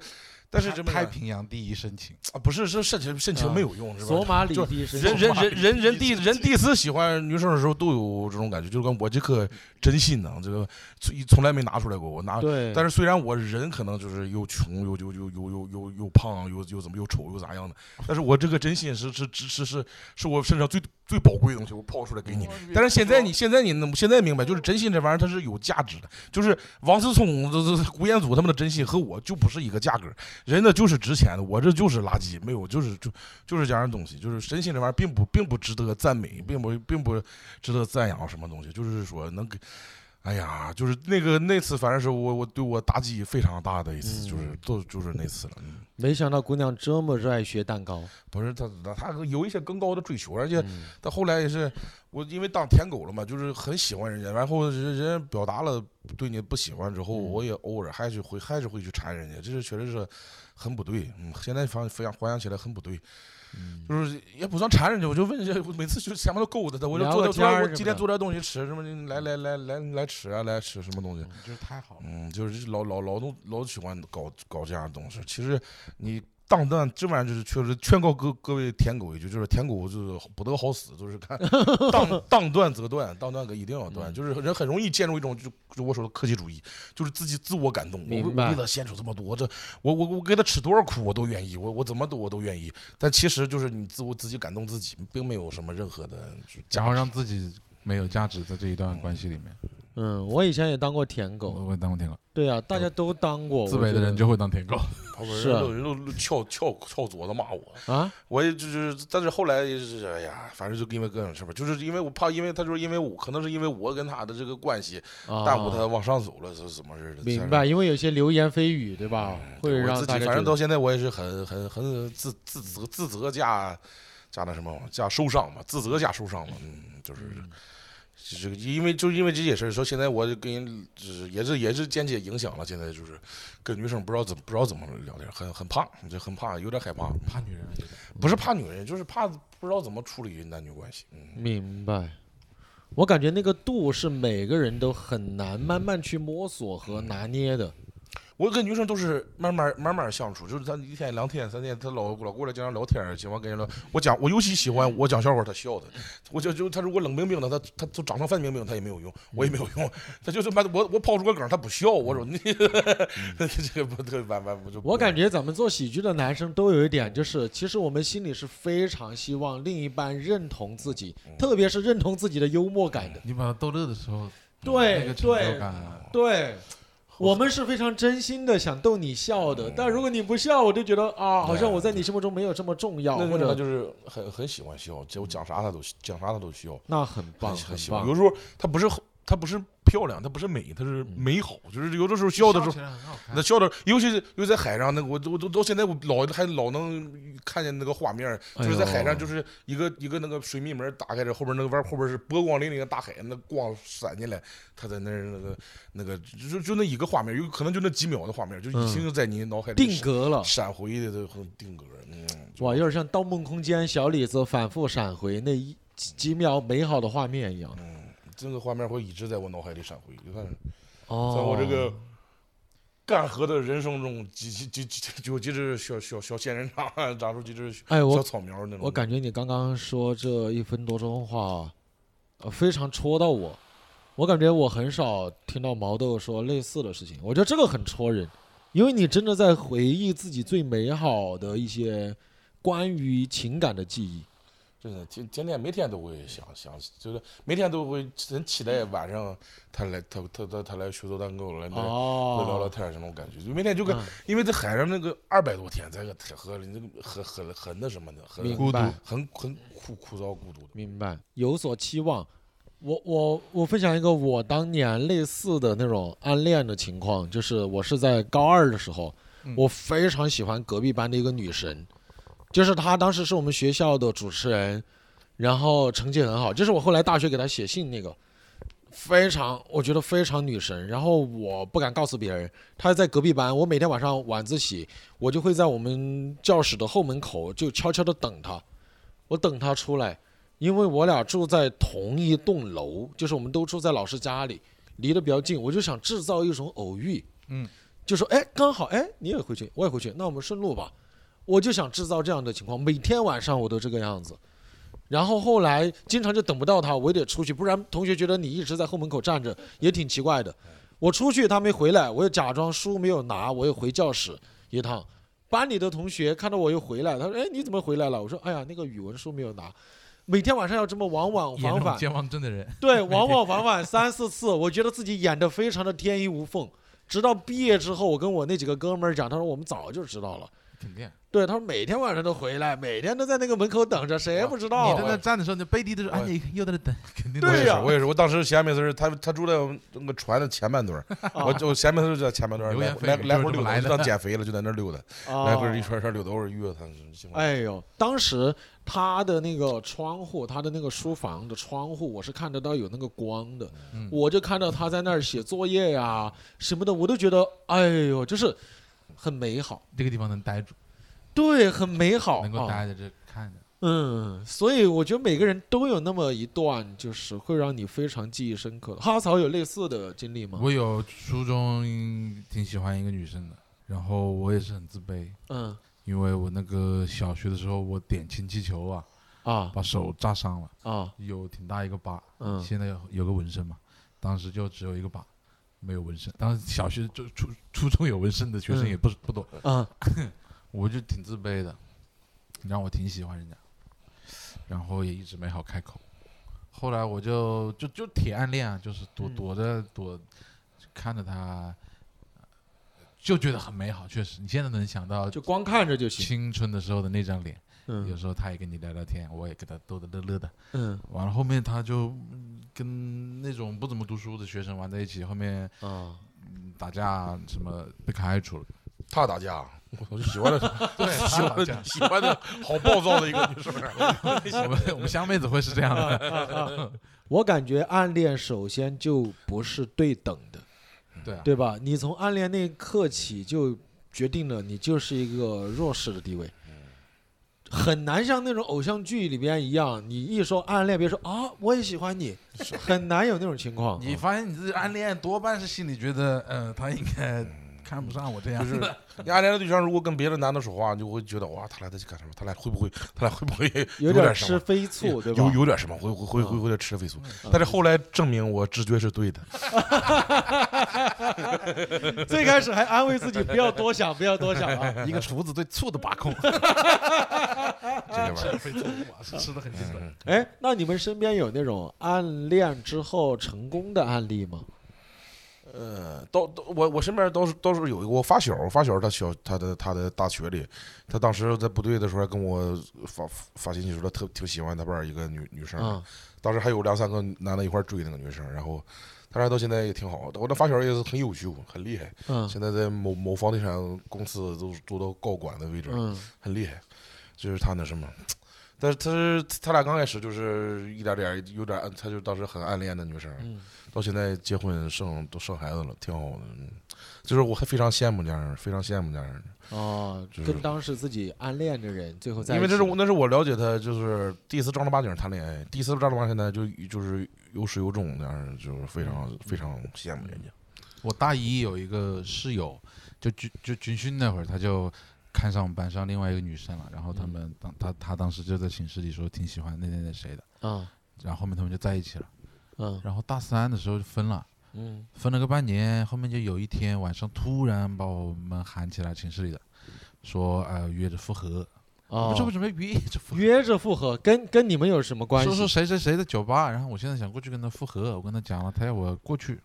Speaker 2: 但是这么
Speaker 3: 太平洋第一深情，
Speaker 2: 啊不是是深情深情没有用、是吧？
Speaker 1: 索马里
Speaker 2: 就
Speaker 1: 地是
Speaker 2: 嗯人人人人人第人第一次喜欢女生的时候都有这种感觉，就跟我这颗真心呢，这个从从来没拿出来过，我拿
Speaker 1: 对，
Speaker 2: 但是虽然我人可能就是又穷又又又又又又又胖又又怎么又丑又咋样的，但是我这个真心是是是是是是我身上最最宝贵的东西，我抛出来给你。但是现在你现在你能现在明白，就是真心这玩意儿它是有价值的，就是王思聪、这这吴彦祖他们的真心和我就不是一个价格，人家就是值钱的，我这就是垃圾，没有就是就就是这样的东西，就是真心这玩意儿并不并不值得赞美，并不并不值得赞扬什么东西，就是说能给。哎呀，就是那个那次，反正是我我对我打击非常大的一次，就是都就是那次了。嗯
Speaker 1: 没想到姑娘这么热爱学蛋糕，
Speaker 2: 不是他他他有一些更高的追求，而且
Speaker 1: 嗯
Speaker 2: 他后来也是我因为当舔狗了嘛，就是很喜欢人家，然后人人家表达了对你不喜欢之后，
Speaker 1: 嗯
Speaker 2: 我也偶尔还是会还是会去缠人家，这是确实是很不对。嗯，现在反反回想起来很不对，
Speaker 1: 嗯
Speaker 2: 就是也不算缠人家，我就问人家，我每次就前面都勾搭他，我就
Speaker 1: 聊
Speaker 2: 做
Speaker 1: 个
Speaker 2: 点
Speaker 1: 天儿
Speaker 2: 做
Speaker 1: 什
Speaker 2: 点，
Speaker 1: 么
Speaker 2: 我今天
Speaker 1: 的
Speaker 2: 做点东西吃什么，你哎来来来来来吃啊，来吃什么东西。
Speaker 3: 就是太好了。
Speaker 2: 嗯，就是老老老都老喜欢搞搞这样的东西。其实你当当这玩意儿就是确实劝告各各位舔狗一句，就是舔狗就是不得好死，就 是看当当断则断，当断可一定要
Speaker 1: 嗯
Speaker 2: 断。就是人很容易陷入一种就就我说的克己主义，就是自己自我感动。我为
Speaker 1: 明
Speaker 2: 我
Speaker 1: 白
Speaker 2: 为了献出这么多，这我我我给他吃多少苦我都愿意，我我怎么都我都愿意。但其实就是你自我自己感动自己，并没有什么任何的就
Speaker 3: 然
Speaker 2: 价
Speaker 3: 后
Speaker 2: 值。
Speaker 3: 让自己没有价值在这一段关系里面，
Speaker 1: 嗯，我以前也当过舔狗，
Speaker 3: 我我当过舔狗，
Speaker 1: 对啊，大家都当过，
Speaker 3: 嗯自
Speaker 1: 我
Speaker 3: 卑
Speaker 1: 觉
Speaker 3: 的人
Speaker 1: 得
Speaker 3: 就会当 舔狗。
Speaker 2: 好吧
Speaker 1: 是
Speaker 2: 人都人都翘翘翘左的骂我。
Speaker 1: 啊，
Speaker 2: 我也就是，但是后来也是，哎呀，反正就因为各种事吧，就是因为我怕，因为他就是因为我，可能是因为我跟他的这个关系
Speaker 1: 大
Speaker 2: 耽误他往上走了，是怎么似的？
Speaker 1: 啊明白，因为有些流言蜚语，对吧？会
Speaker 2: 对我
Speaker 1: 让
Speaker 2: 自己
Speaker 1: 大家
Speaker 2: 反正
Speaker 1: 觉得
Speaker 2: 到现在我也是很很很自自责自责加加那什么加受伤嘛，自责加受伤嘛，嗯，就是。这个因为就因为这些事儿，说现在我就跟人就是也是也是间接影响了，现在就是跟女生不知道怎么不知道怎么聊天，很很怕，就很怕，有点害怕，
Speaker 3: 怕女人啊，有点
Speaker 2: 不是怕女人，就是怕不知道怎么处理男女关系。嗯，
Speaker 1: 明白。我感觉那个度是每个人都很难慢慢去摸索和拿捏的。
Speaker 2: 我跟女生都是慢慢慢慢相处，就是咱一天两天三天，她老老过来经常聊天儿，喜欢跟人聊。我讲我尤其喜欢我讲笑话，她笑的。 我就就她如果冷冰冰的，她她就长成范冰冰，她也没有用，我也没有用。她就是妈的我我抛出个梗儿，她不笑，我说你 这个不这个完完不就
Speaker 1: 我感觉咱们做喜剧的男生都有一点，就是其实我们心里是非常希望另一半认同自己，
Speaker 2: 嗯
Speaker 1: 特别是认同自己的幽默感的。
Speaker 3: 你把他逗乐的时候，哎那
Speaker 1: 对
Speaker 3: 个成就
Speaker 1: 对
Speaker 3: 感啊，
Speaker 1: 对，我们是非常真心的想逗你笑
Speaker 2: 嗯
Speaker 1: 的，但如果你不笑，我就觉得啊，好像我在你心目中没有这么重要，
Speaker 2: 那
Speaker 1: 或
Speaker 2: 那她
Speaker 1: 者
Speaker 2: 就是很很喜欢笑，结果讲啥她都讲啥她都笑。
Speaker 1: 那很棒，
Speaker 2: 很
Speaker 1: 很
Speaker 2: 喜欢。
Speaker 1: 棒
Speaker 2: 有。时候它不是它不是漂亮，它不是美，它是美好。就是有的时候笑的时候，
Speaker 3: 起来很好看
Speaker 2: 那笑的，尤其是尤其在海上，那个我我都到现在我老还老能看见那个画面，就是在海
Speaker 1: 哎
Speaker 2: 上，
Speaker 1: 呦
Speaker 2: 就是一个一个那个水密门打开着，后边那个玩后边是波光粼粼的大海，那光闪进来，他在那儿那个那个就就就那一个画面，有可能就那几秒的画面，就已经在你脑海里
Speaker 1: 嗯定格了，
Speaker 2: 闪回的都很定格。嗯，就
Speaker 1: 哇，有点像《盗梦空间》小李子反复闪回那一几几秒美好的画面一样。
Speaker 2: 嗯这个画面会一直在我脑海里闪回，就看。
Speaker 1: 哦，
Speaker 2: 在我这个干涸的人生中，几几几几有几只小小小仙人掌，啊长出几只小
Speaker 1: 哎，我
Speaker 2: 草苗那种。
Speaker 1: 我感觉你刚刚说这一分多钟话，呃，非常戳到我。我感觉我很少听到毛豆说类似的事情，我觉得这个很戳人，因为你真的在回忆自己最美好的一些关于情感的记忆。
Speaker 2: 真的天天天每天都会想想，就是每天都会很期待晚上他来他他他他来徐州蛋糕来来
Speaker 1: 哦，
Speaker 2: 聊聊天儿这种感觉，就每天就跟
Speaker 1: 嗯
Speaker 2: 因为在海上那个二百多天，在个太河里那个很很很那什么的，很
Speaker 1: 明白
Speaker 2: 很很枯枯燥孤独的。
Speaker 1: 明白，有所期望。我我我分享一个我当年类似的那种暗恋的情况，就是我是在高二的时候，
Speaker 3: 嗯
Speaker 1: 我非常喜欢隔壁班的一个女神，就是她当时是我们学校的主持人，然后成绩很好，就是我后来大学给她写信那个，非常我觉得非常女神，然后我不敢告诉别人，她在隔壁班，我每天晚上晚自习，我就会在我们教室的后门口就悄悄的等她，我等她出来。因为我俩住在同一栋楼，就是我们都住在老师家里，离得比较近，我就想制造一种偶遇，
Speaker 3: 嗯，
Speaker 1: 就说哎，刚好哎，你也回去，我也回去，那我们顺路吧。我就想制造这样的情况，每天晚上我都这个样子。然后后来经常就等不到他，我也得出去，不然同学觉得你一直在后门口站着也挺奇怪的。我出去他没回来，我又假装书没有拿，我又回教室一趟。班里的同学看到我又回来，他说：“哎，你怎么回来了？”我说：“哎呀，那个语文书没有拿。”每天晚上要这么往往
Speaker 3: 演
Speaker 1: 往
Speaker 3: 那种
Speaker 1: 返，
Speaker 3: 健忘症的人，
Speaker 1: 对，往往往返三四次，我觉得自己演得非常的天衣无缝。直到毕业之后，我跟我那几个哥们儿讲，他说我们早就知道了。
Speaker 3: 肯定。
Speaker 1: 对，他说每天晚上都回来，每天都在那个门口等着，谁也不知道啊
Speaker 3: 你在那站的时候，你背地的时候，哎，
Speaker 2: 我
Speaker 3: 你又在那等，肯定
Speaker 1: 对
Speaker 2: 我也是
Speaker 1: 呀，
Speaker 2: 我也是，我当时闲没事儿，他他住在我们那个船的前半 段儿，
Speaker 1: 哦
Speaker 2: 我就闲没事儿就在前半段儿
Speaker 3: 流言
Speaker 2: 来
Speaker 3: 蜚语
Speaker 2: 来
Speaker 3: 就是
Speaker 2: 来
Speaker 3: 这么
Speaker 2: 回溜达，
Speaker 3: 来
Speaker 2: 就
Speaker 3: 的
Speaker 2: 当减肥了，就在那儿溜达，
Speaker 1: 啊
Speaker 2: 来回一圈儿一圈儿溜达，偶尔约他。行吧
Speaker 1: 哎呦，当时他的那个窗户，他的那个书房的窗户，我是看得到有那个光的，
Speaker 3: 嗯
Speaker 1: 我就看到他在那儿写作业呀、什么的，我都觉得哎呦，就是很美好，
Speaker 3: 这个地方能待住，
Speaker 1: 对，很美好，
Speaker 3: 能够
Speaker 1: 啊
Speaker 3: 待在这看着。
Speaker 1: 嗯，所以我觉得每个人都有那么一段，就是会让你非常记忆深刻的。哈草有类似的经历吗？
Speaker 3: 我有初中挺喜欢一个女生的，然后我也是很自卑，
Speaker 1: 嗯
Speaker 3: 因为我那个小学的时候，我点氢气球啊，
Speaker 1: 啊
Speaker 3: 把手炸伤了，
Speaker 1: 啊
Speaker 3: 有挺大一个疤，
Speaker 1: 嗯
Speaker 3: 现在有有个纹身嘛，当时就只有一个疤，没有纹身。当时小学就初初中有纹身的学生
Speaker 1: 嗯
Speaker 3: 也不是不多，
Speaker 1: 啊
Speaker 3: 我就挺自卑的，然后我挺喜欢人家，然后也一直没好开口。后来我就就就铁暗恋啊，就是躲
Speaker 1: 嗯
Speaker 3: 躲着躲，看着他，就觉得很美好。确实，你现在能想到
Speaker 1: 就光看着就行。
Speaker 3: 青春的时候的那张脸，有
Speaker 1: 嗯
Speaker 3: 时候他也跟你聊聊天，我也跟他逗得乐乐的。
Speaker 1: 嗯
Speaker 3: 完了后面他就嗯跟那种不怎么读书的学生玩在一起，后面
Speaker 1: 啊
Speaker 3: 嗯打架什么被开除了。
Speaker 2: 他打架， 我就喜欢的
Speaker 3: 对，
Speaker 2: 喜欢的喜欢的好暴躁的一个女生。啊
Speaker 3: 我们我们湘妹子会是这样的。
Speaker 1: 我感觉暗恋首先就不是对等的，
Speaker 3: 对啊，
Speaker 1: 对吧？你从暗恋那一刻起就决定了你就是一个弱势的地位，很难像那种偶像剧里边一样，你一说暗恋，别人说啊我也喜欢你，很难有那种情况。啊
Speaker 3: 你发现你自己暗恋多半是心里觉得，呃，他应该看不上我这样
Speaker 2: 就
Speaker 3: 子
Speaker 2: 是
Speaker 3: 的。
Speaker 2: 你暗恋的对象如果跟别的男的说话，你就会觉得哇，他俩在干什么？他俩会不会？他俩会不会
Speaker 1: 有
Speaker 2: 点什
Speaker 1: 吃
Speaker 2: 么？
Speaker 1: 飞醋，对吧？
Speaker 2: 有有点什么？会会会会会有点吃飞醋。但是后来证明我直觉是对的。
Speaker 1: 最开始还安慰自己不要多想，不要多想 啊。
Speaker 3: 一个厨子对醋的把控，
Speaker 2: 这个玩 意儿，
Speaker 3: 非醋我是吃的很精准。
Speaker 1: 哎，那你们身边有那种暗恋之后成功的案例吗？
Speaker 2: 嗯，到到我我身边倒是倒是有一个，我发小，我发小他小他的他的大学里，他当时在部队的时候还跟我发发信息说他特挺喜欢他班儿一个女女生的，
Speaker 1: 啊、
Speaker 2: 当时还有两三个男的一块儿追那个女生，然后他俩到现在也挺好。我那发小也是很优秀，很厉害，
Speaker 1: 嗯
Speaker 2: 现在在某某房地产公司都做到高管的位置，
Speaker 1: 嗯
Speaker 2: 很厉害。就是他那什么，但是他是他俩刚开始就是一点点儿有点儿，他就当时很暗恋的女生，
Speaker 1: 嗯
Speaker 2: 到现在结婚生都生孩子了，挺好的。嗯就是我还非常羡慕这样人，非常羡慕这样人。
Speaker 1: 哦，
Speaker 2: 就是
Speaker 1: 跟当时自己暗恋的人最后在一起，
Speaker 2: 因为这是我那是我了解他，就是第一次正儿八经谈恋爱，第一次正儿八经谈就就是有始有终，这样就是非常
Speaker 1: 嗯
Speaker 2: 非常羡慕人家。
Speaker 3: 我大一有一个室友，就军就军训那会儿，他就看上我们班上另外一个女生了，然后他们当他他当时就在寝室里说挺喜欢那那那谁的，
Speaker 1: 啊
Speaker 3: 然后后面他们就在一起了，
Speaker 1: 嗯
Speaker 3: 然后大三的时候就分了。
Speaker 1: 嗯
Speaker 3: 分了个半年，后面就有一天晚上突然把我们喊起来寝室里的，说呃约着复合，
Speaker 1: 哦
Speaker 3: 不是，为什么约着复合？
Speaker 1: 约着复合，跟跟你们有什么关系？
Speaker 3: 说说谁谁谁的酒吧，然后我现在想过去跟他复合，我跟他讲了，他要我过去，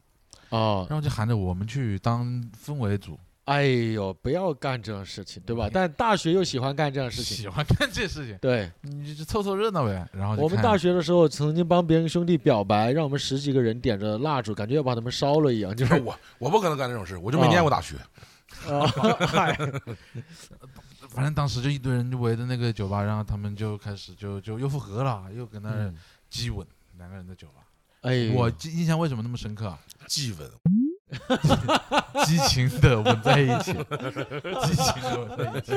Speaker 1: 哦
Speaker 3: 然，后就喊着我们去当氛围组，
Speaker 1: 哎呦，不要干这种事情，对
Speaker 2: 嗯
Speaker 1: 吧？但大学又喜欢干这种事情，
Speaker 3: 喜欢干这事情，
Speaker 1: 对。
Speaker 3: 你就就凑凑热闹呗。然
Speaker 2: 哦
Speaker 3: 后就
Speaker 1: 我们
Speaker 3: 看
Speaker 1: 大学的时候曾经帮别人兄弟表白，让我们十几个人点着蜡烛，感觉要把他们烧了一样，就
Speaker 2: 就是是 我我不可能干这种事，我就没念过大学。哎
Speaker 1: 啊，嗨
Speaker 3: 反正当时就一堆人就围着那个酒吧，然后他们就开始就就又复合了，又跟那儿
Speaker 1: 嗯
Speaker 3: 激吻，两个人的酒吧。
Speaker 1: 哎呦，
Speaker 3: 我记印象为什么那么深刻啊？
Speaker 2: 激吻，
Speaker 3: 激情的吻在一起，激情的吻在一起。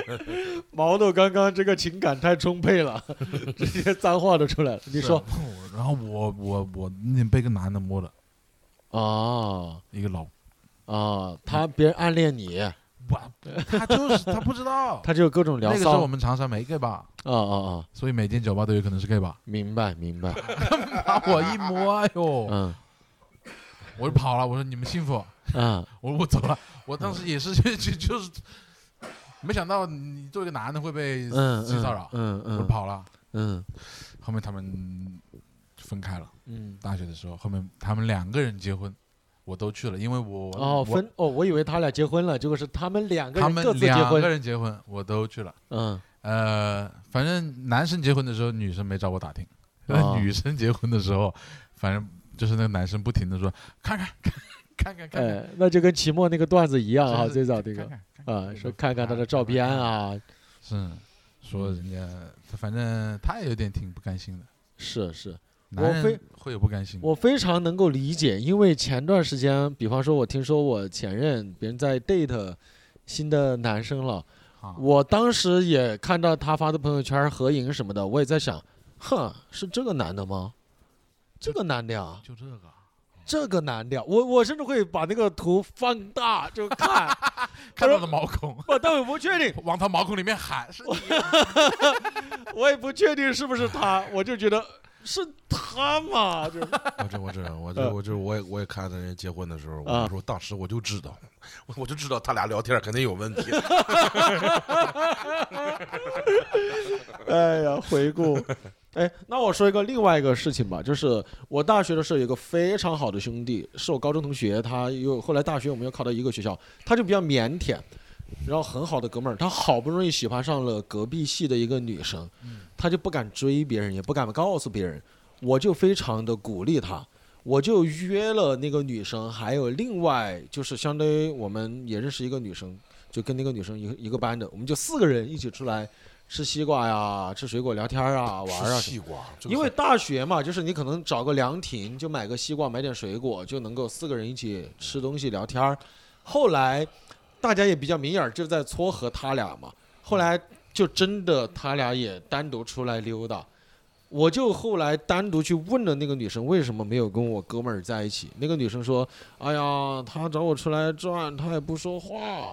Speaker 1: 毛豆刚刚这个情感太充沛了， 这些脏话都出来了。你说
Speaker 3: 然后我，然后我我我那天被一个男的摸了
Speaker 1: 啊
Speaker 3: 一个老，
Speaker 1: 啊，他别人暗恋你，
Speaker 3: 我他就是他不知道，
Speaker 1: 他就有各种
Speaker 3: 那
Speaker 1: 聊
Speaker 3: 个时候我
Speaker 1: 骚。
Speaker 3: 们长沙没 gay 吧，
Speaker 1: 啊啊啊！
Speaker 3: 所以每间酒吧都有可能是 gay 吧。
Speaker 1: 明白明 白，
Speaker 3: 把我一摸，哎呦，
Speaker 1: 嗯
Speaker 3: 我就跑了，我说你们幸福，
Speaker 1: 嗯
Speaker 3: 我我走了。我当时也是就就就是，没想到你作为一个男的会被
Speaker 1: 嗯，
Speaker 3: 性骚扰，
Speaker 1: 嗯
Speaker 3: 啊我就
Speaker 1: 嗯
Speaker 3: 跑了。
Speaker 1: 嗯
Speaker 3: 后面他们分开了，
Speaker 1: 嗯。
Speaker 3: 大学的时候，后面他们两个人结婚，我都去了，因为我
Speaker 1: 哦，
Speaker 3: 我
Speaker 1: 分哦，我以为他俩结婚了，结果是他们两个
Speaker 3: 他
Speaker 1: 人
Speaker 3: 们
Speaker 1: 各自结
Speaker 3: 两个
Speaker 1: 婚。
Speaker 3: 人结婚，我都去了。
Speaker 1: 嗯，
Speaker 3: 呃，反正男生结婚的时候，女生没找我打听； 但
Speaker 1: 哦
Speaker 3: 女生结婚的时候，反正就是那个男生不停的说：“看看，看看，看看，
Speaker 1: 哎，那就跟齐墨那个段子一样啊，
Speaker 3: 真是
Speaker 1: 最早那
Speaker 3: 看
Speaker 1: 个
Speaker 3: 看，看看
Speaker 1: 啊，说看看他的照片，啊，
Speaker 3: 是说人家他反正他也有点挺不甘心的，
Speaker 1: 是是，我
Speaker 3: 男
Speaker 1: 非
Speaker 3: 人会有不甘心的。
Speaker 1: 我非常能够理解，因为前段时间，比方说，我听说我前任别人在 date 新的男生了，
Speaker 3: 啊，
Speaker 1: 我当时也看到他发的朋友圈合影什么的，我也在想，哼，是这个男的吗？这个男的呀，
Speaker 3: 就这个
Speaker 1: 这个男的呀，我我甚至会把那个图放大就看，
Speaker 3: 看到了毛孔，
Speaker 1: 我但我不确定，
Speaker 3: 往他毛孔里面喊是你
Speaker 1: 我也不确定是不是他，我就觉得是他嘛，就
Speaker 2: 我这我这我
Speaker 1: 嗯
Speaker 2: 这我这我也我也看着人结婚的时候，
Speaker 1: 啊
Speaker 2: 我说当时我就知道，我我就知道他俩聊天肯定有问题。
Speaker 1: 哎呀，回顾。 哎，那我说一个另外一个事情吧，就是我大学的时候有一个非常好的兄弟，是我高中同学，他又后来大学我们又考到一个学校，他就比较腼腆，然后很好的哥们儿，他好不容易喜欢上了隔壁系的一个女生，他就不敢追别人，也不敢告诉别人，我就非常的鼓励他，我就约了那个女生，还有另外就是相当于我们也认识一个女生，就跟那个女生一个一个班的，我们就四个人一起出来吃西瓜呀、吃水果、聊天啊、玩儿啊
Speaker 2: 吃西瓜，这个。
Speaker 1: 因为大学嘛，就是你可能找个凉亭，就买个西瓜，买点水果，就能够四个人一起吃东西聊天儿。后来大家也比较明眼儿，就在撮合他俩嘛。后来就真的他俩也单独出来溜达，我就后来单独去问了那个女生为什么没有跟我哥们儿在一起。那个女生说：“哎呀，他找我出来转，他也不说话，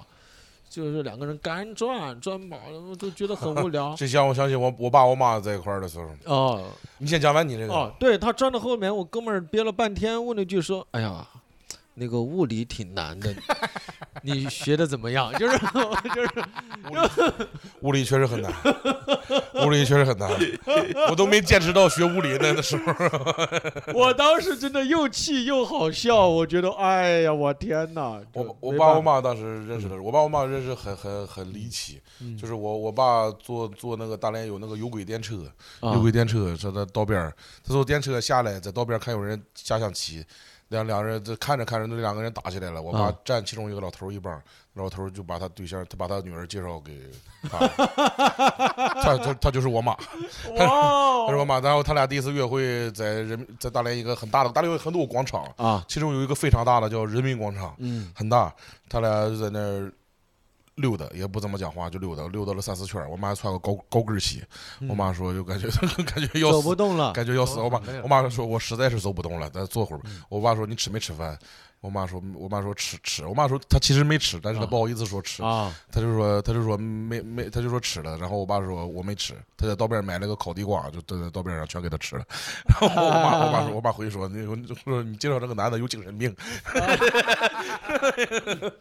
Speaker 1: 就是两个人干转转麻了，都觉得很无聊
Speaker 2: 这像我相信我我爸我妈在一块儿的时候，”
Speaker 1: 哦
Speaker 2: 你先讲完你这个，
Speaker 1: 哦，对他转到后面，我哥们儿憋了半天，问了一句说：“哎呀，那个物理挺难的，你学的怎么样？”就是 就是
Speaker 2: 物理确实很难，物理确实很难，我都没见识到学物理那的时候。
Speaker 1: 我当时真的又气又好笑，我觉得哎呀，我天哪！
Speaker 2: 我我
Speaker 1: 没
Speaker 2: 爸
Speaker 1: 办
Speaker 2: 我
Speaker 1: 法嗯
Speaker 2: 妈当时认识的时候，我爸我妈认识很很很离奇，就是我我爸坐坐那个大连有那个有轨电车，
Speaker 1: 啊
Speaker 2: 有轨电车说他道边儿，他坐电车下来，在道边儿看有人下象棋，两两人这看着看着那两个人打起来了，我爸
Speaker 1: 啊
Speaker 2: 站其中一个老头儿一棒，老头儿就把他对象，他把他女儿介绍给 他了，他他他就是我妈，
Speaker 1: 哦哇哦
Speaker 2: 他 是我妈，然后他俩第一次约会在人民在大连一个很大的大连有很多广场，
Speaker 1: 啊，
Speaker 2: 其中有一个非常大的叫人民广场。
Speaker 1: 嗯
Speaker 2: 很大，他俩就在那儿溜达，也不怎么讲话，就溜达，溜达了三四圈儿。我妈还穿个高高跟儿鞋，我妈说就感觉 感觉要
Speaker 1: 嗯走
Speaker 2: 死
Speaker 1: 不，动了，嗯
Speaker 2: 感觉要死。
Speaker 3: 走
Speaker 2: 我妈
Speaker 3: 很累了
Speaker 2: 我妈说，我实在是走不动了，咱坐会儿吧。我爸说你吃没吃饭？我妈说，我妈说吃吃。我妈说她其实没吃，但是她
Speaker 1: 啊
Speaker 2: 不好意思说吃，
Speaker 1: 啊
Speaker 2: 她就说她就说没没，她就说吃了。然后我爸说我没吃，他在道边儿买了个烤地瓜，就在道边儿上全给他吃了。 然后我妈我妈说我爸回去说你你说你介绍这个男的有精神
Speaker 1: 啊
Speaker 2: 病。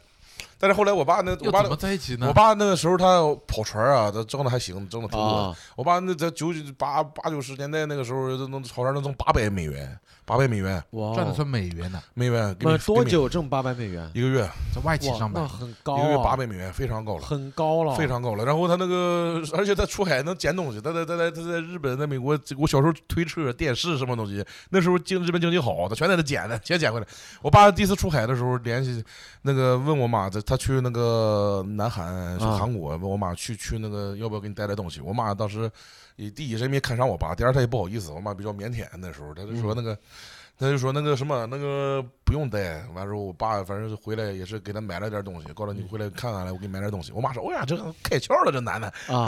Speaker 2: 但是后来我爸那我
Speaker 3: 又
Speaker 2: 爸
Speaker 3: 怎么在一起呢？
Speaker 2: 我爸那个时候他跑船啊，他挣的还行，挣的挺多的。
Speaker 1: 啊
Speaker 2: 我爸那在九九八八九十年代那个时候，能好像能挣八百美元，八百美元，
Speaker 1: 哇哦
Speaker 3: 赚的算美元呢，
Speaker 2: 美元给
Speaker 1: 那
Speaker 2: 你
Speaker 1: 多？
Speaker 2: 给
Speaker 1: 久挣八百美元？
Speaker 2: 你一个月，
Speaker 3: 在外企
Speaker 1: 哇，
Speaker 3: 上
Speaker 1: 那
Speaker 3: 班，
Speaker 1: 很高
Speaker 2: 一个月八
Speaker 1: 啊，
Speaker 2: 百美元，非常高了。
Speaker 1: 很高了，
Speaker 2: 非常高了，然后他那个， 而且他出海能捡东西，他在他在他在日本，在美国，我小时候推车、电视什么东西，那时候经日本经济好，他全在那捡的，全捡回来。我爸第一次出海的时候，联系那个问我妈，他他去那个南韩，去
Speaker 1: 啊
Speaker 2: 韩国，问我妈去去那个要不要给你带来东西。我妈当时也第一是没看上我爸，第二她也不好意思，我妈比较腼腆那时候，她就说那个。他就说那个什么，那个不用带。完之后，我爸反正是回来也是给他买了点东西，告诉你回来看看来，我给你买点东西。我妈说：“哎呀，这个开窍了，这男的。
Speaker 1: 啊”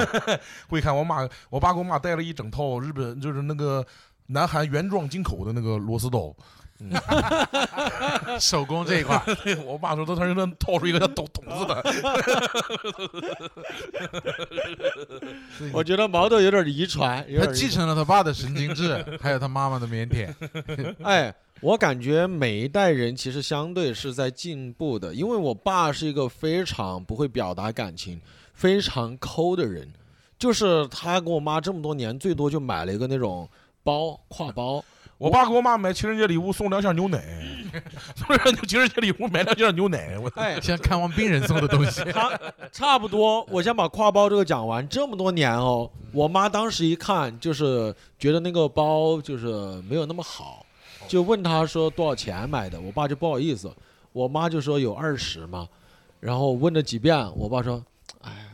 Speaker 2: 我一看，我妈，我爸给我妈带了一整套日本，就是那个南韩原装进口的那个螺丝刀。
Speaker 3: 手工这一 块，
Speaker 2: 对我爸说，他他能掏出一个像桶桶子 的。
Speaker 1: 我觉得毛豆有点遗传，有
Speaker 3: 他
Speaker 1: 点遗
Speaker 3: 继
Speaker 1: 传。
Speaker 3: 承了他爸的神经质， 还有他妈妈的腼腆。
Speaker 1: 哎，我感觉每一代人其实相对是在进步的，因为我爸是一个非常不会表达感情、非常抠的人，就是他跟我妈这么多年，最多就买了一个那种包挎包，
Speaker 2: 我爸给我妈买情人节礼物送两箱牛 奶，送两箱情人节礼物买两箱牛奶。 我
Speaker 1: 哎，
Speaker 3: 像看望病人送的 东西，
Speaker 1: 差 不多，我先把挎包这个讲完。这么多年哦，我妈当时一看就是觉得那个包就是没有那么好，就问她说多少钱买的，我爸就不好意思，我妈就说有二十嘛，然后问了几遍，我爸说，哎，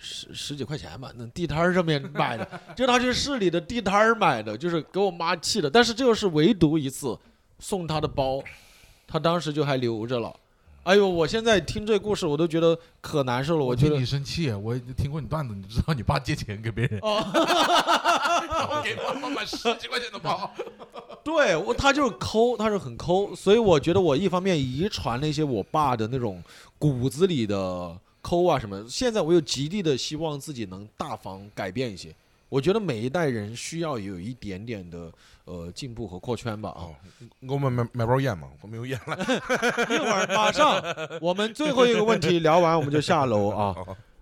Speaker 1: 十十几块钱吧，那地摊儿上面买的，就他去市里的地摊儿买的，就是给我妈气的。但是这就是唯独一次送她的包，她当时就还留着了。哎呦，我现在听这故事我都觉得可难受了，我觉
Speaker 3: 替
Speaker 1: 得
Speaker 3: 你。生气。我听过你段子，你知道你爸借钱给别人，
Speaker 2: 我给我妈买十几块钱的包。
Speaker 1: 对我，他就是抠，他是很抠，所以我觉得我一方面遗传了一些我爸的那种骨子里的抠啊什么。现在我又极力的希望自己能大方改变一些。我觉得每一代人需要有一点点的呃进步和扩圈吧啊
Speaker 2: 哦！你给我们买买包烟吗？我没有烟了。
Speaker 1: 一会儿马上我们最后一个问题聊完我们就下楼啊。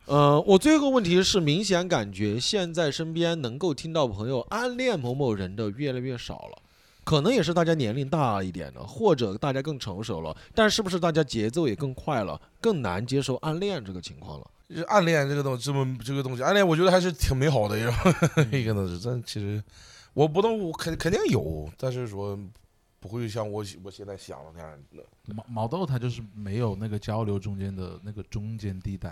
Speaker 1: 呃，我最后一个问题是，明显感觉现在身边能够听到朋友暗恋某某人的越来越少了，可能也是大家年龄大一点了，或者大家更成熟了，但是不是大家节奏也更快了，更难接受暗恋这个情况了？
Speaker 2: 就是暗恋这个东这么这个东西，暗恋我觉得还是挺美好的一种 一个东西。但其实我不能，我肯肯定有，但是说不会像我我现在想的那样的。
Speaker 3: 毛毛豆他就是没有那个交流中间的那个中间地带，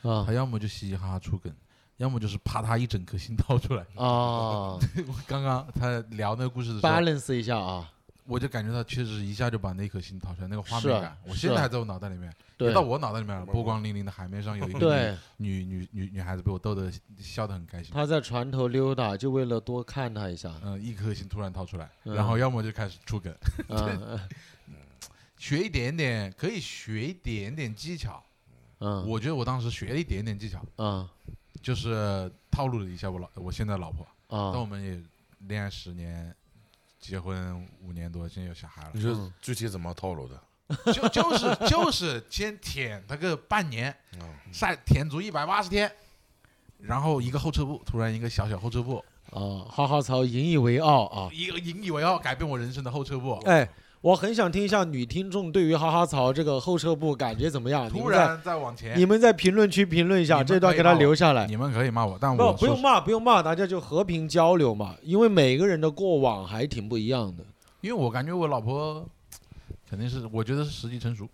Speaker 1: 啊
Speaker 3: 他要么就嘻嘻哈哈出梗，要么就是啪嗒一整颗心掏出来。
Speaker 1: 啊
Speaker 3: 我刚刚他聊那个故事的时候，
Speaker 1: ，balance 一下啊
Speaker 3: 我就感觉到确实一下就把那颗心掏出来，那个画
Speaker 1: 是
Speaker 3: 面
Speaker 1: 啊
Speaker 3: 感，我
Speaker 1: 是
Speaker 3: 现
Speaker 1: 啊
Speaker 3: 在还在我脑袋里面，
Speaker 1: 对
Speaker 3: 到我脑袋里面了，波光粼粼的海面上有一个
Speaker 1: 对，
Speaker 3: 女女女女孩子被我逗得笑得很开心，
Speaker 1: 他在船头溜达，就为了多看他一下。啊
Speaker 3: 嗯，一颗心突然掏出来，
Speaker 1: 嗯
Speaker 3: 然后要么就开始出梗，
Speaker 1: 嗯
Speaker 3: 学一点点，可以学一点点技巧。
Speaker 1: 嗯
Speaker 3: 我觉得我当时学了一点点技巧，
Speaker 1: 嗯
Speaker 3: 就是套路了一下我老我现在老婆，但我
Speaker 1: 啊！
Speaker 3: 们也恋爱十年，结婚五年多，现在有小孩了
Speaker 2: 你，是具体怎么套路的？
Speaker 3: 就就是就是先舔他个半年，
Speaker 2: 嗯
Speaker 3: 晒舔足一百八十天，然后一个后撤步，突然一个小小后撤步，
Speaker 1: 啊，哈哈曹引以为傲啊！
Speaker 3: 一个引以为傲改变我人生的后撤步，
Speaker 1: 哎，我很想听一下女听众对于哈哈曹这个后撤步感觉怎么样？你
Speaker 3: 突
Speaker 1: 们在
Speaker 3: 然再往前，
Speaker 1: 你们在评论区评论一
Speaker 3: 你
Speaker 1: 下，
Speaker 3: 们
Speaker 1: 这段
Speaker 3: 可以
Speaker 1: 给他
Speaker 3: 骂我
Speaker 1: 留下来。
Speaker 3: 你们可以骂我，但
Speaker 1: 不，
Speaker 3: 我
Speaker 1: 不用
Speaker 3: 说
Speaker 1: 骂，不用骂，大家就和平交流嘛，因为每个人的过往还挺不一样的
Speaker 3: 因为我感觉我老婆肯定是，我觉得是时机成熟，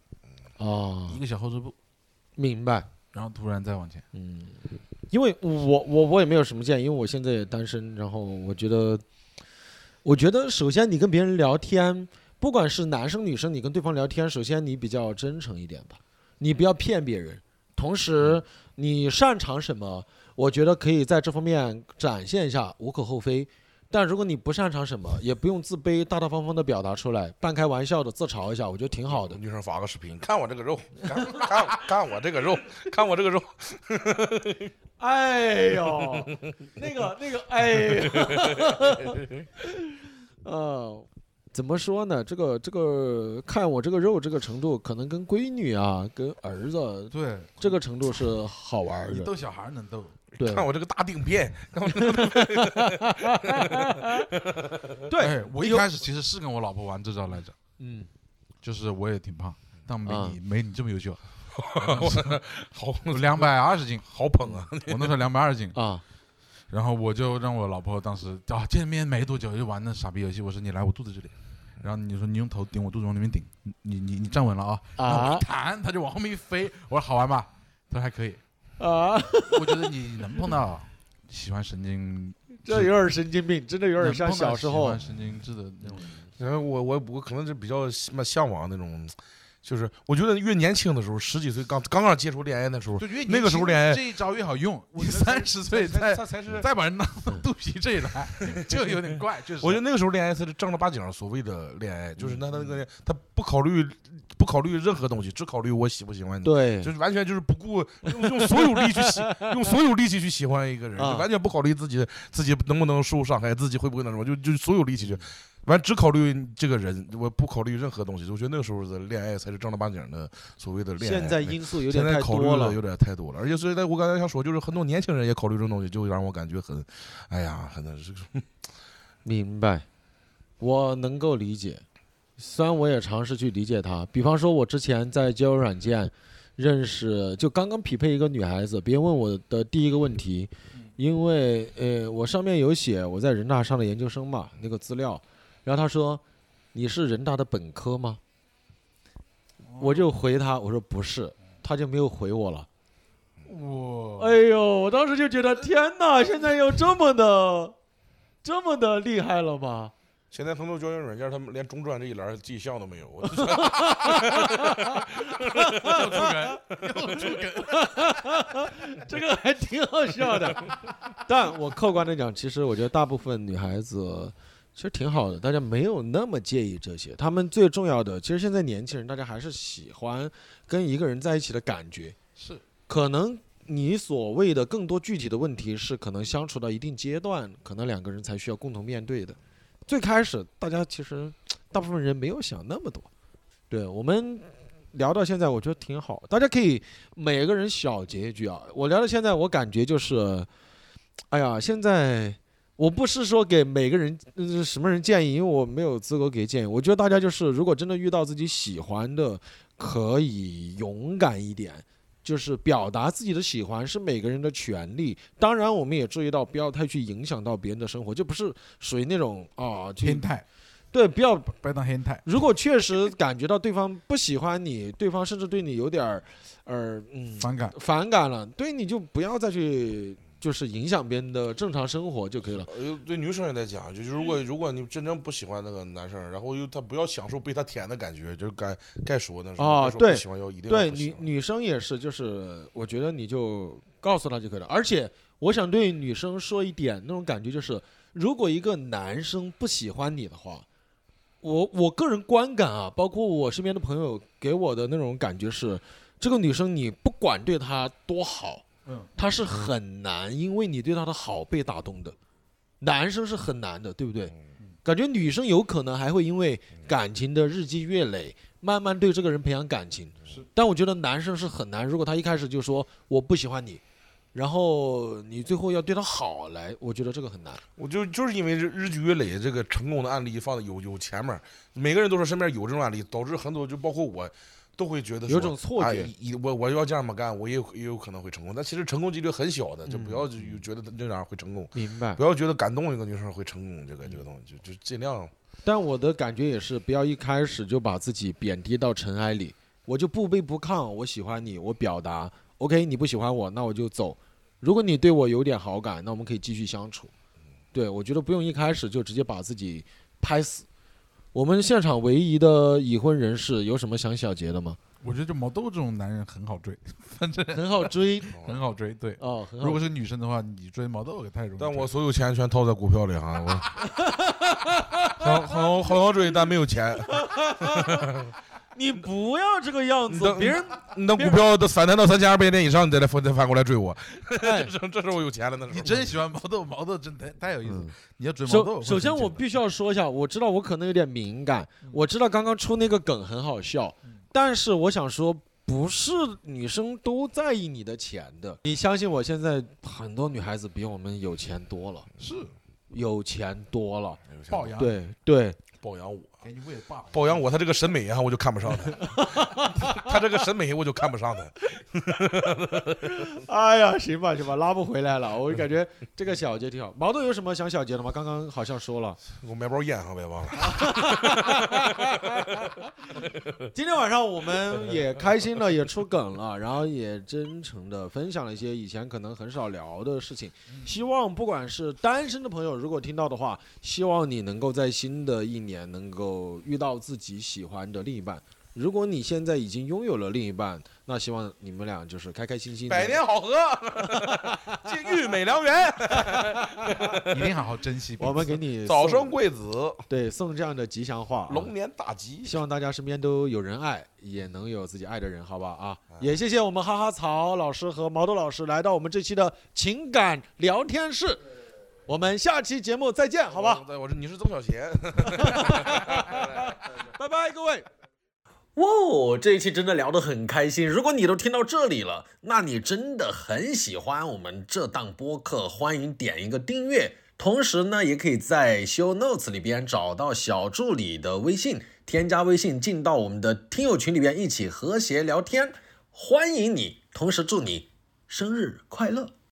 Speaker 1: 啊
Speaker 3: 一。个小后撤步，
Speaker 1: 明白，
Speaker 3: 然后突然再往前。
Speaker 1: 嗯，因为我我我也没有什么建议，因为我现在也单身，然后我觉得，我觉得首先你跟别人聊天，不管是男生女生，你跟对方聊天，首先你比较真诚一点吧，你不要骗别人，同时你擅长什么，我觉得可以在这方面展现一下，无可厚非。但如果你不擅长什么，也不用自卑，大大方方的表达出来，半开玩笑的自嘲一下，我觉得挺好的。
Speaker 2: 女生发个视频，看我这个肉，看看看我这个肉，看我这个肉，
Speaker 1: 哎呦，那个那个，哎呦，呃，怎么说呢？这个这个，看我这个肉这个程度，可能跟闺女啊，跟儿子
Speaker 3: 对，
Speaker 1: 这个程度是好玩儿
Speaker 3: 你
Speaker 1: 的。
Speaker 3: 逗小孩儿能逗，
Speaker 1: 对
Speaker 2: 看我这个大腚片，
Speaker 1: 对，
Speaker 3: 哎，我一
Speaker 1: 有
Speaker 3: 开始其实是跟我老婆玩这招来着，
Speaker 1: 嗯，
Speaker 3: 就是我也挺胖，但没你、没你这么优秀，
Speaker 2: 好
Speaker 3: 两百二十斤，
Speaker 2: 好捧啊！
Speaker 3: 我那时候两百二十斤，
Speaker 1: 啊，
Speaker 3: 然后我就让我老婆当时啊见面没多久就玩那傻逼游戏，我说你来我肚子这里，然后你说你用头顶我肚子往里面顶，你你你站稳了啊，然后我一弹它就往后面一飞，我说好玩吧，她说还可以，
Speaker 1: 啊，
Speaker 3: 我觉得你能碰到喜欢神经质，
Speaker 1: 这有点神经病，真的有点
Speaker 3: 能
Speaker 1: 像
Speaker 3: 碰到
Speaker 1: 小时
Speaker 3: 喜
Speaker 1: 候
Speaker 3: 欢。神经质的那种人，
Speaker 2: 然后我我我可能是比较嘛向往那种，就是我觉得越年轻的时候，十几岁刚刚刚接触恋爱的时候，
Speaker 3: 就越
Speaker 2: 那个时候恋爱
Speaker 3: 这一招越好用，
Speaker 2: 我
Speaker 3: 你
Speaker 2: 觉得才
Speaker 3: 三十岁
Speaker 2: 才
Speaker 3: 再
Speaker 2: 才才是。
Speaker 3: 再把人当到肚皮这里来，就有点怪，就是
Speaker 2: 我觉得那个时候恋爱才是正儿八经所谓的恋爱，就是那他那个他不考虑不考虑任何东西，只考虑我喜不喜欢你。
Speaker 1: 对
Speaker 2: 就是完全就是不顾用用所有力去喜，用所有力气去喜欢一个人，
Speaker 1: 啊
Speaker 2: 就完全不考虑自己自己能不能受伤害，自己会不会那什么，就就所有力气去，完只考虑这个人，我不考虑任何东西。我觉得那个时候的恋爱才是正儿八经的所谓的恋爱。哎
Speaker 1: 现在因素有
Speaker 2: 现
Speaker 1: 点
Speaker 2: 在
Speaker 1: 太
Speaker 2: 考虑
Speaker 1: 多
Speaker 2: 的
Speaker 1: 了
Speaker 2: 有点太多了，而且所以在我刚才想说，就是很多年轻人也考虑这种东西，就让我感觉很，哎呀，很是
Speaker 1: 明白，我能够理解。虽然我也尝试去理解他，比方说，我之前在交友软件认识，就刚刚匹配一个女孩子，别人问我的第一个问题，因为呃，我上面有写我在人大上的研究生嘛，那个资料，然后他说你是人大的本科吗？我就回他，我说不是，他就没有回我了。
Speaker 3: 我
Speaker 1: 哎呦，我当时就觉得天哪，现在有这么的，这么的厉害了吗？
Speaker 2: 现在很多交友软件，他们连中专这一栏迹象都没有。我
Speaker 3: 又出梗，又出梗，
Speaker 1: 这个还挺好笑的。但我客观的讲，其实我觉得大部分女孩子其实挺好的，大家没有那么介意这些。她们最重要的，其实现在年轻人大家还是喜欢跟一个人在一起的感觉。
Speaker 3: 是
Speaker 1: 可能你所谓的更多具体的问题是，可能相处到一定阶段，可能两个人才需要共同面对的。最开始大家其实大部分人没有想那么多，对我们聊到现在，我觉得挺好。大家可以每个人小结一句啊。我聊到现在，我感觉就是，哎呀，现在我不是说给每个人、呃、什么人建议，因为我没有资格给建议。我觉得大家就是，如果真的遇到自己喜欢的，可以勇敢一点。就是表达自己的喜欢是每个人的权利，当然我们也注意到不要太去影响到别人的生活，就不是属于那种啊，去
Speaker 3: 变态，
Speaker 1: 对，不要
Speaker 3: 不要当变态。
Speaker 1: 如果确实感觉到对方不喜欢你，对方甚至对你有点儿，呃，嗯，
Speaker 3: 反感，
Speaker 1: 反感了，对你就不要再去就是影响别人的正常生活就可以了。
Speaker 2: 呃，对女生也在讲，就是如
Speaker 1: 嗯
Speaker 2: 果如果你真正不喜欢那个男生，然后又他不要享受被他舔的感觉，就是该该说那时候
Speaker 1: 啊
Speaker 2: 该说
Speaker 1: 对
Speaker 2: 不喜欢要一定要
Speaker 1: 对
Speaker 2: 不
Speaker 1: 女
Speaker 2: 行
Speaker 1: 女生也是，就是我觉得你就告诉她就可以了。而且我想对女生说一点，那种感觉就是，如果一个男生不喜欢你的话，我我个人观感啊，包括我身边的朋友给我的那种感觉是，这个女生你不管对她多好，
Speaker 3: 嗯，
Speaker 1: 她是很难因为你对她的好被打动的。男生是很难的，对不对？
Speaker 2: 嗯
Speaker 1: 感觉女生有可能还会因为感情的日积月累，慢慢对这个人培养感情。
Speaker 3: 是，
Speaker 1: 但我觉得男生是很难。如果他一开始就说我不喜欢你，然后你最后要对他好来，我觉得这个很难。
Speaker 2: 我就就是因为日日积月累这个成功的案例放在有有前面儿，每个人都说身边有这种案例，导致很多就包括我，都会觉得
Speaker 1: 有
Speaker 2: 说
Speaker 1: 种错觉
Speaker 2: 哎一我我要这样么干，我也有也有可能会成功，但其实成功几率很小的，就不
Speaker 1: 嗯
Speaker 2: 要就有觉得这样会成功，
Speaker 1: 明白。
Speaker 2: 不要觉得感动一个女生会成功，这个这个东西就就尽量
Speaker 1: 但我的感觉也是，不要一开始就把自己贬低到尘埃里。我就不卑不亢，我喜欢你，我表达，OK，你不喜欢我，那我就走。如果你对我有点好感，那我们可以继续相处。对，我觉得不用一开始就直接把自己拍死。我们现场唯一的已婚人士有什么想小结的吗？
Speaker 3: 我觉得就毛豆这种男人很好追，
Speaker 1: 很好追
Speaker 3: 很好追。对，
Speaker 1: 哦，嗯很好。
Speaker 3: 如果是女生的话，你追毛豆也太容易追
Speaker 2: 但
Speaker 3: 了。
Speaker 2: 我所有钱全套在股票里哈，我很很很好追，但没有钱。
Speaker 1: 你不要这个样
Speaker 2: 你等
Speaker 1: 别人
Speaker 2: 你等股票到三千到三千二百点以上，你再来翻再翻过来追我，
Speaker 1: 哎
Speaker 2: 这时候这时候我有钱了，那时 候
Speaker 3: 你真喜欢毛豆，毛豆真太太有意思。你要追毛豆
Speaker 1: 嗯首
Speaker 3: 会很
Speaker 1: 首先，
Speaker 3: 简
Speaker 1: 我
Speaker 3: 单
Speaker 1: 必须要说一下，我知道我可能有点敏感，我知道刚刚出那个梗很好笑，但是我想说，不是女生都在意你的钱的。你相信我，现在很多女孩子比我们有钱多了，
Speaker 3: 是
Speaker 1: 有钱多了。
Speaker 3: 龅牙，
Speaker 1: 对对，
Speaker 2: 包养我，
Speaker 3: 给你喂爸。
Speaker 2: 包养我，他这个审美啊，我就看不上他，他 这个审美我就看不上他。
Speaker 1: 哎呀，行吧行吧，拉不回来了。我感觉这个小节挺好。毛豆有什么想小节的吗？刚刚好像说了，
Speaker 2: 我买包烟哈，别忘了。
Speaker 1: 今天晚上我 们也开心了，也出梗了，然后也真诚的分享了一些以前可能很少聊的事情。
Speaker 2: 嗯
Speaker 1: 希望不管是单身的朋友，如果听到的话，希望你能够在新的一年能够遇到自己喜欢的另一半。如果你现在已经拥有了另一半，那希望你们俩就是开开心心的。
Speaker 2: 百年 好合，金玉美良缘，
Speaker 3: 一定好好珍惜彼此。
Speaker 1: 我们给 你
Speaker 2: 早
Speaker 1: 送
Speaker 2: 生贵子，
Speaker 1: 对送这样的吉祥话、啊，
Speaker 2: 龙年大吉。
Speaker 1: 希望大家身边都有人爱，也能有自己爱的人，好不好啊？也谢谢我们哈哈草老师和毛豆老师来到我们这期的情感聊天室，我们下期节目再见，好吧？
Speaker 2: 我是你是曾小贤。
Speaker 1: 拜拜，各位。
Speaker 4: 哇哦，这一期真的聊得很开心。如果你都听到这里了，那你真的很喜欢我们这档播客，欢迎点一个订阅。同时呢，也可以在 show notes 里边找到小助理的微信，添加微信进到我们的听友群里边一起和谐聊天，欢迎你。同时祝你生日快乐！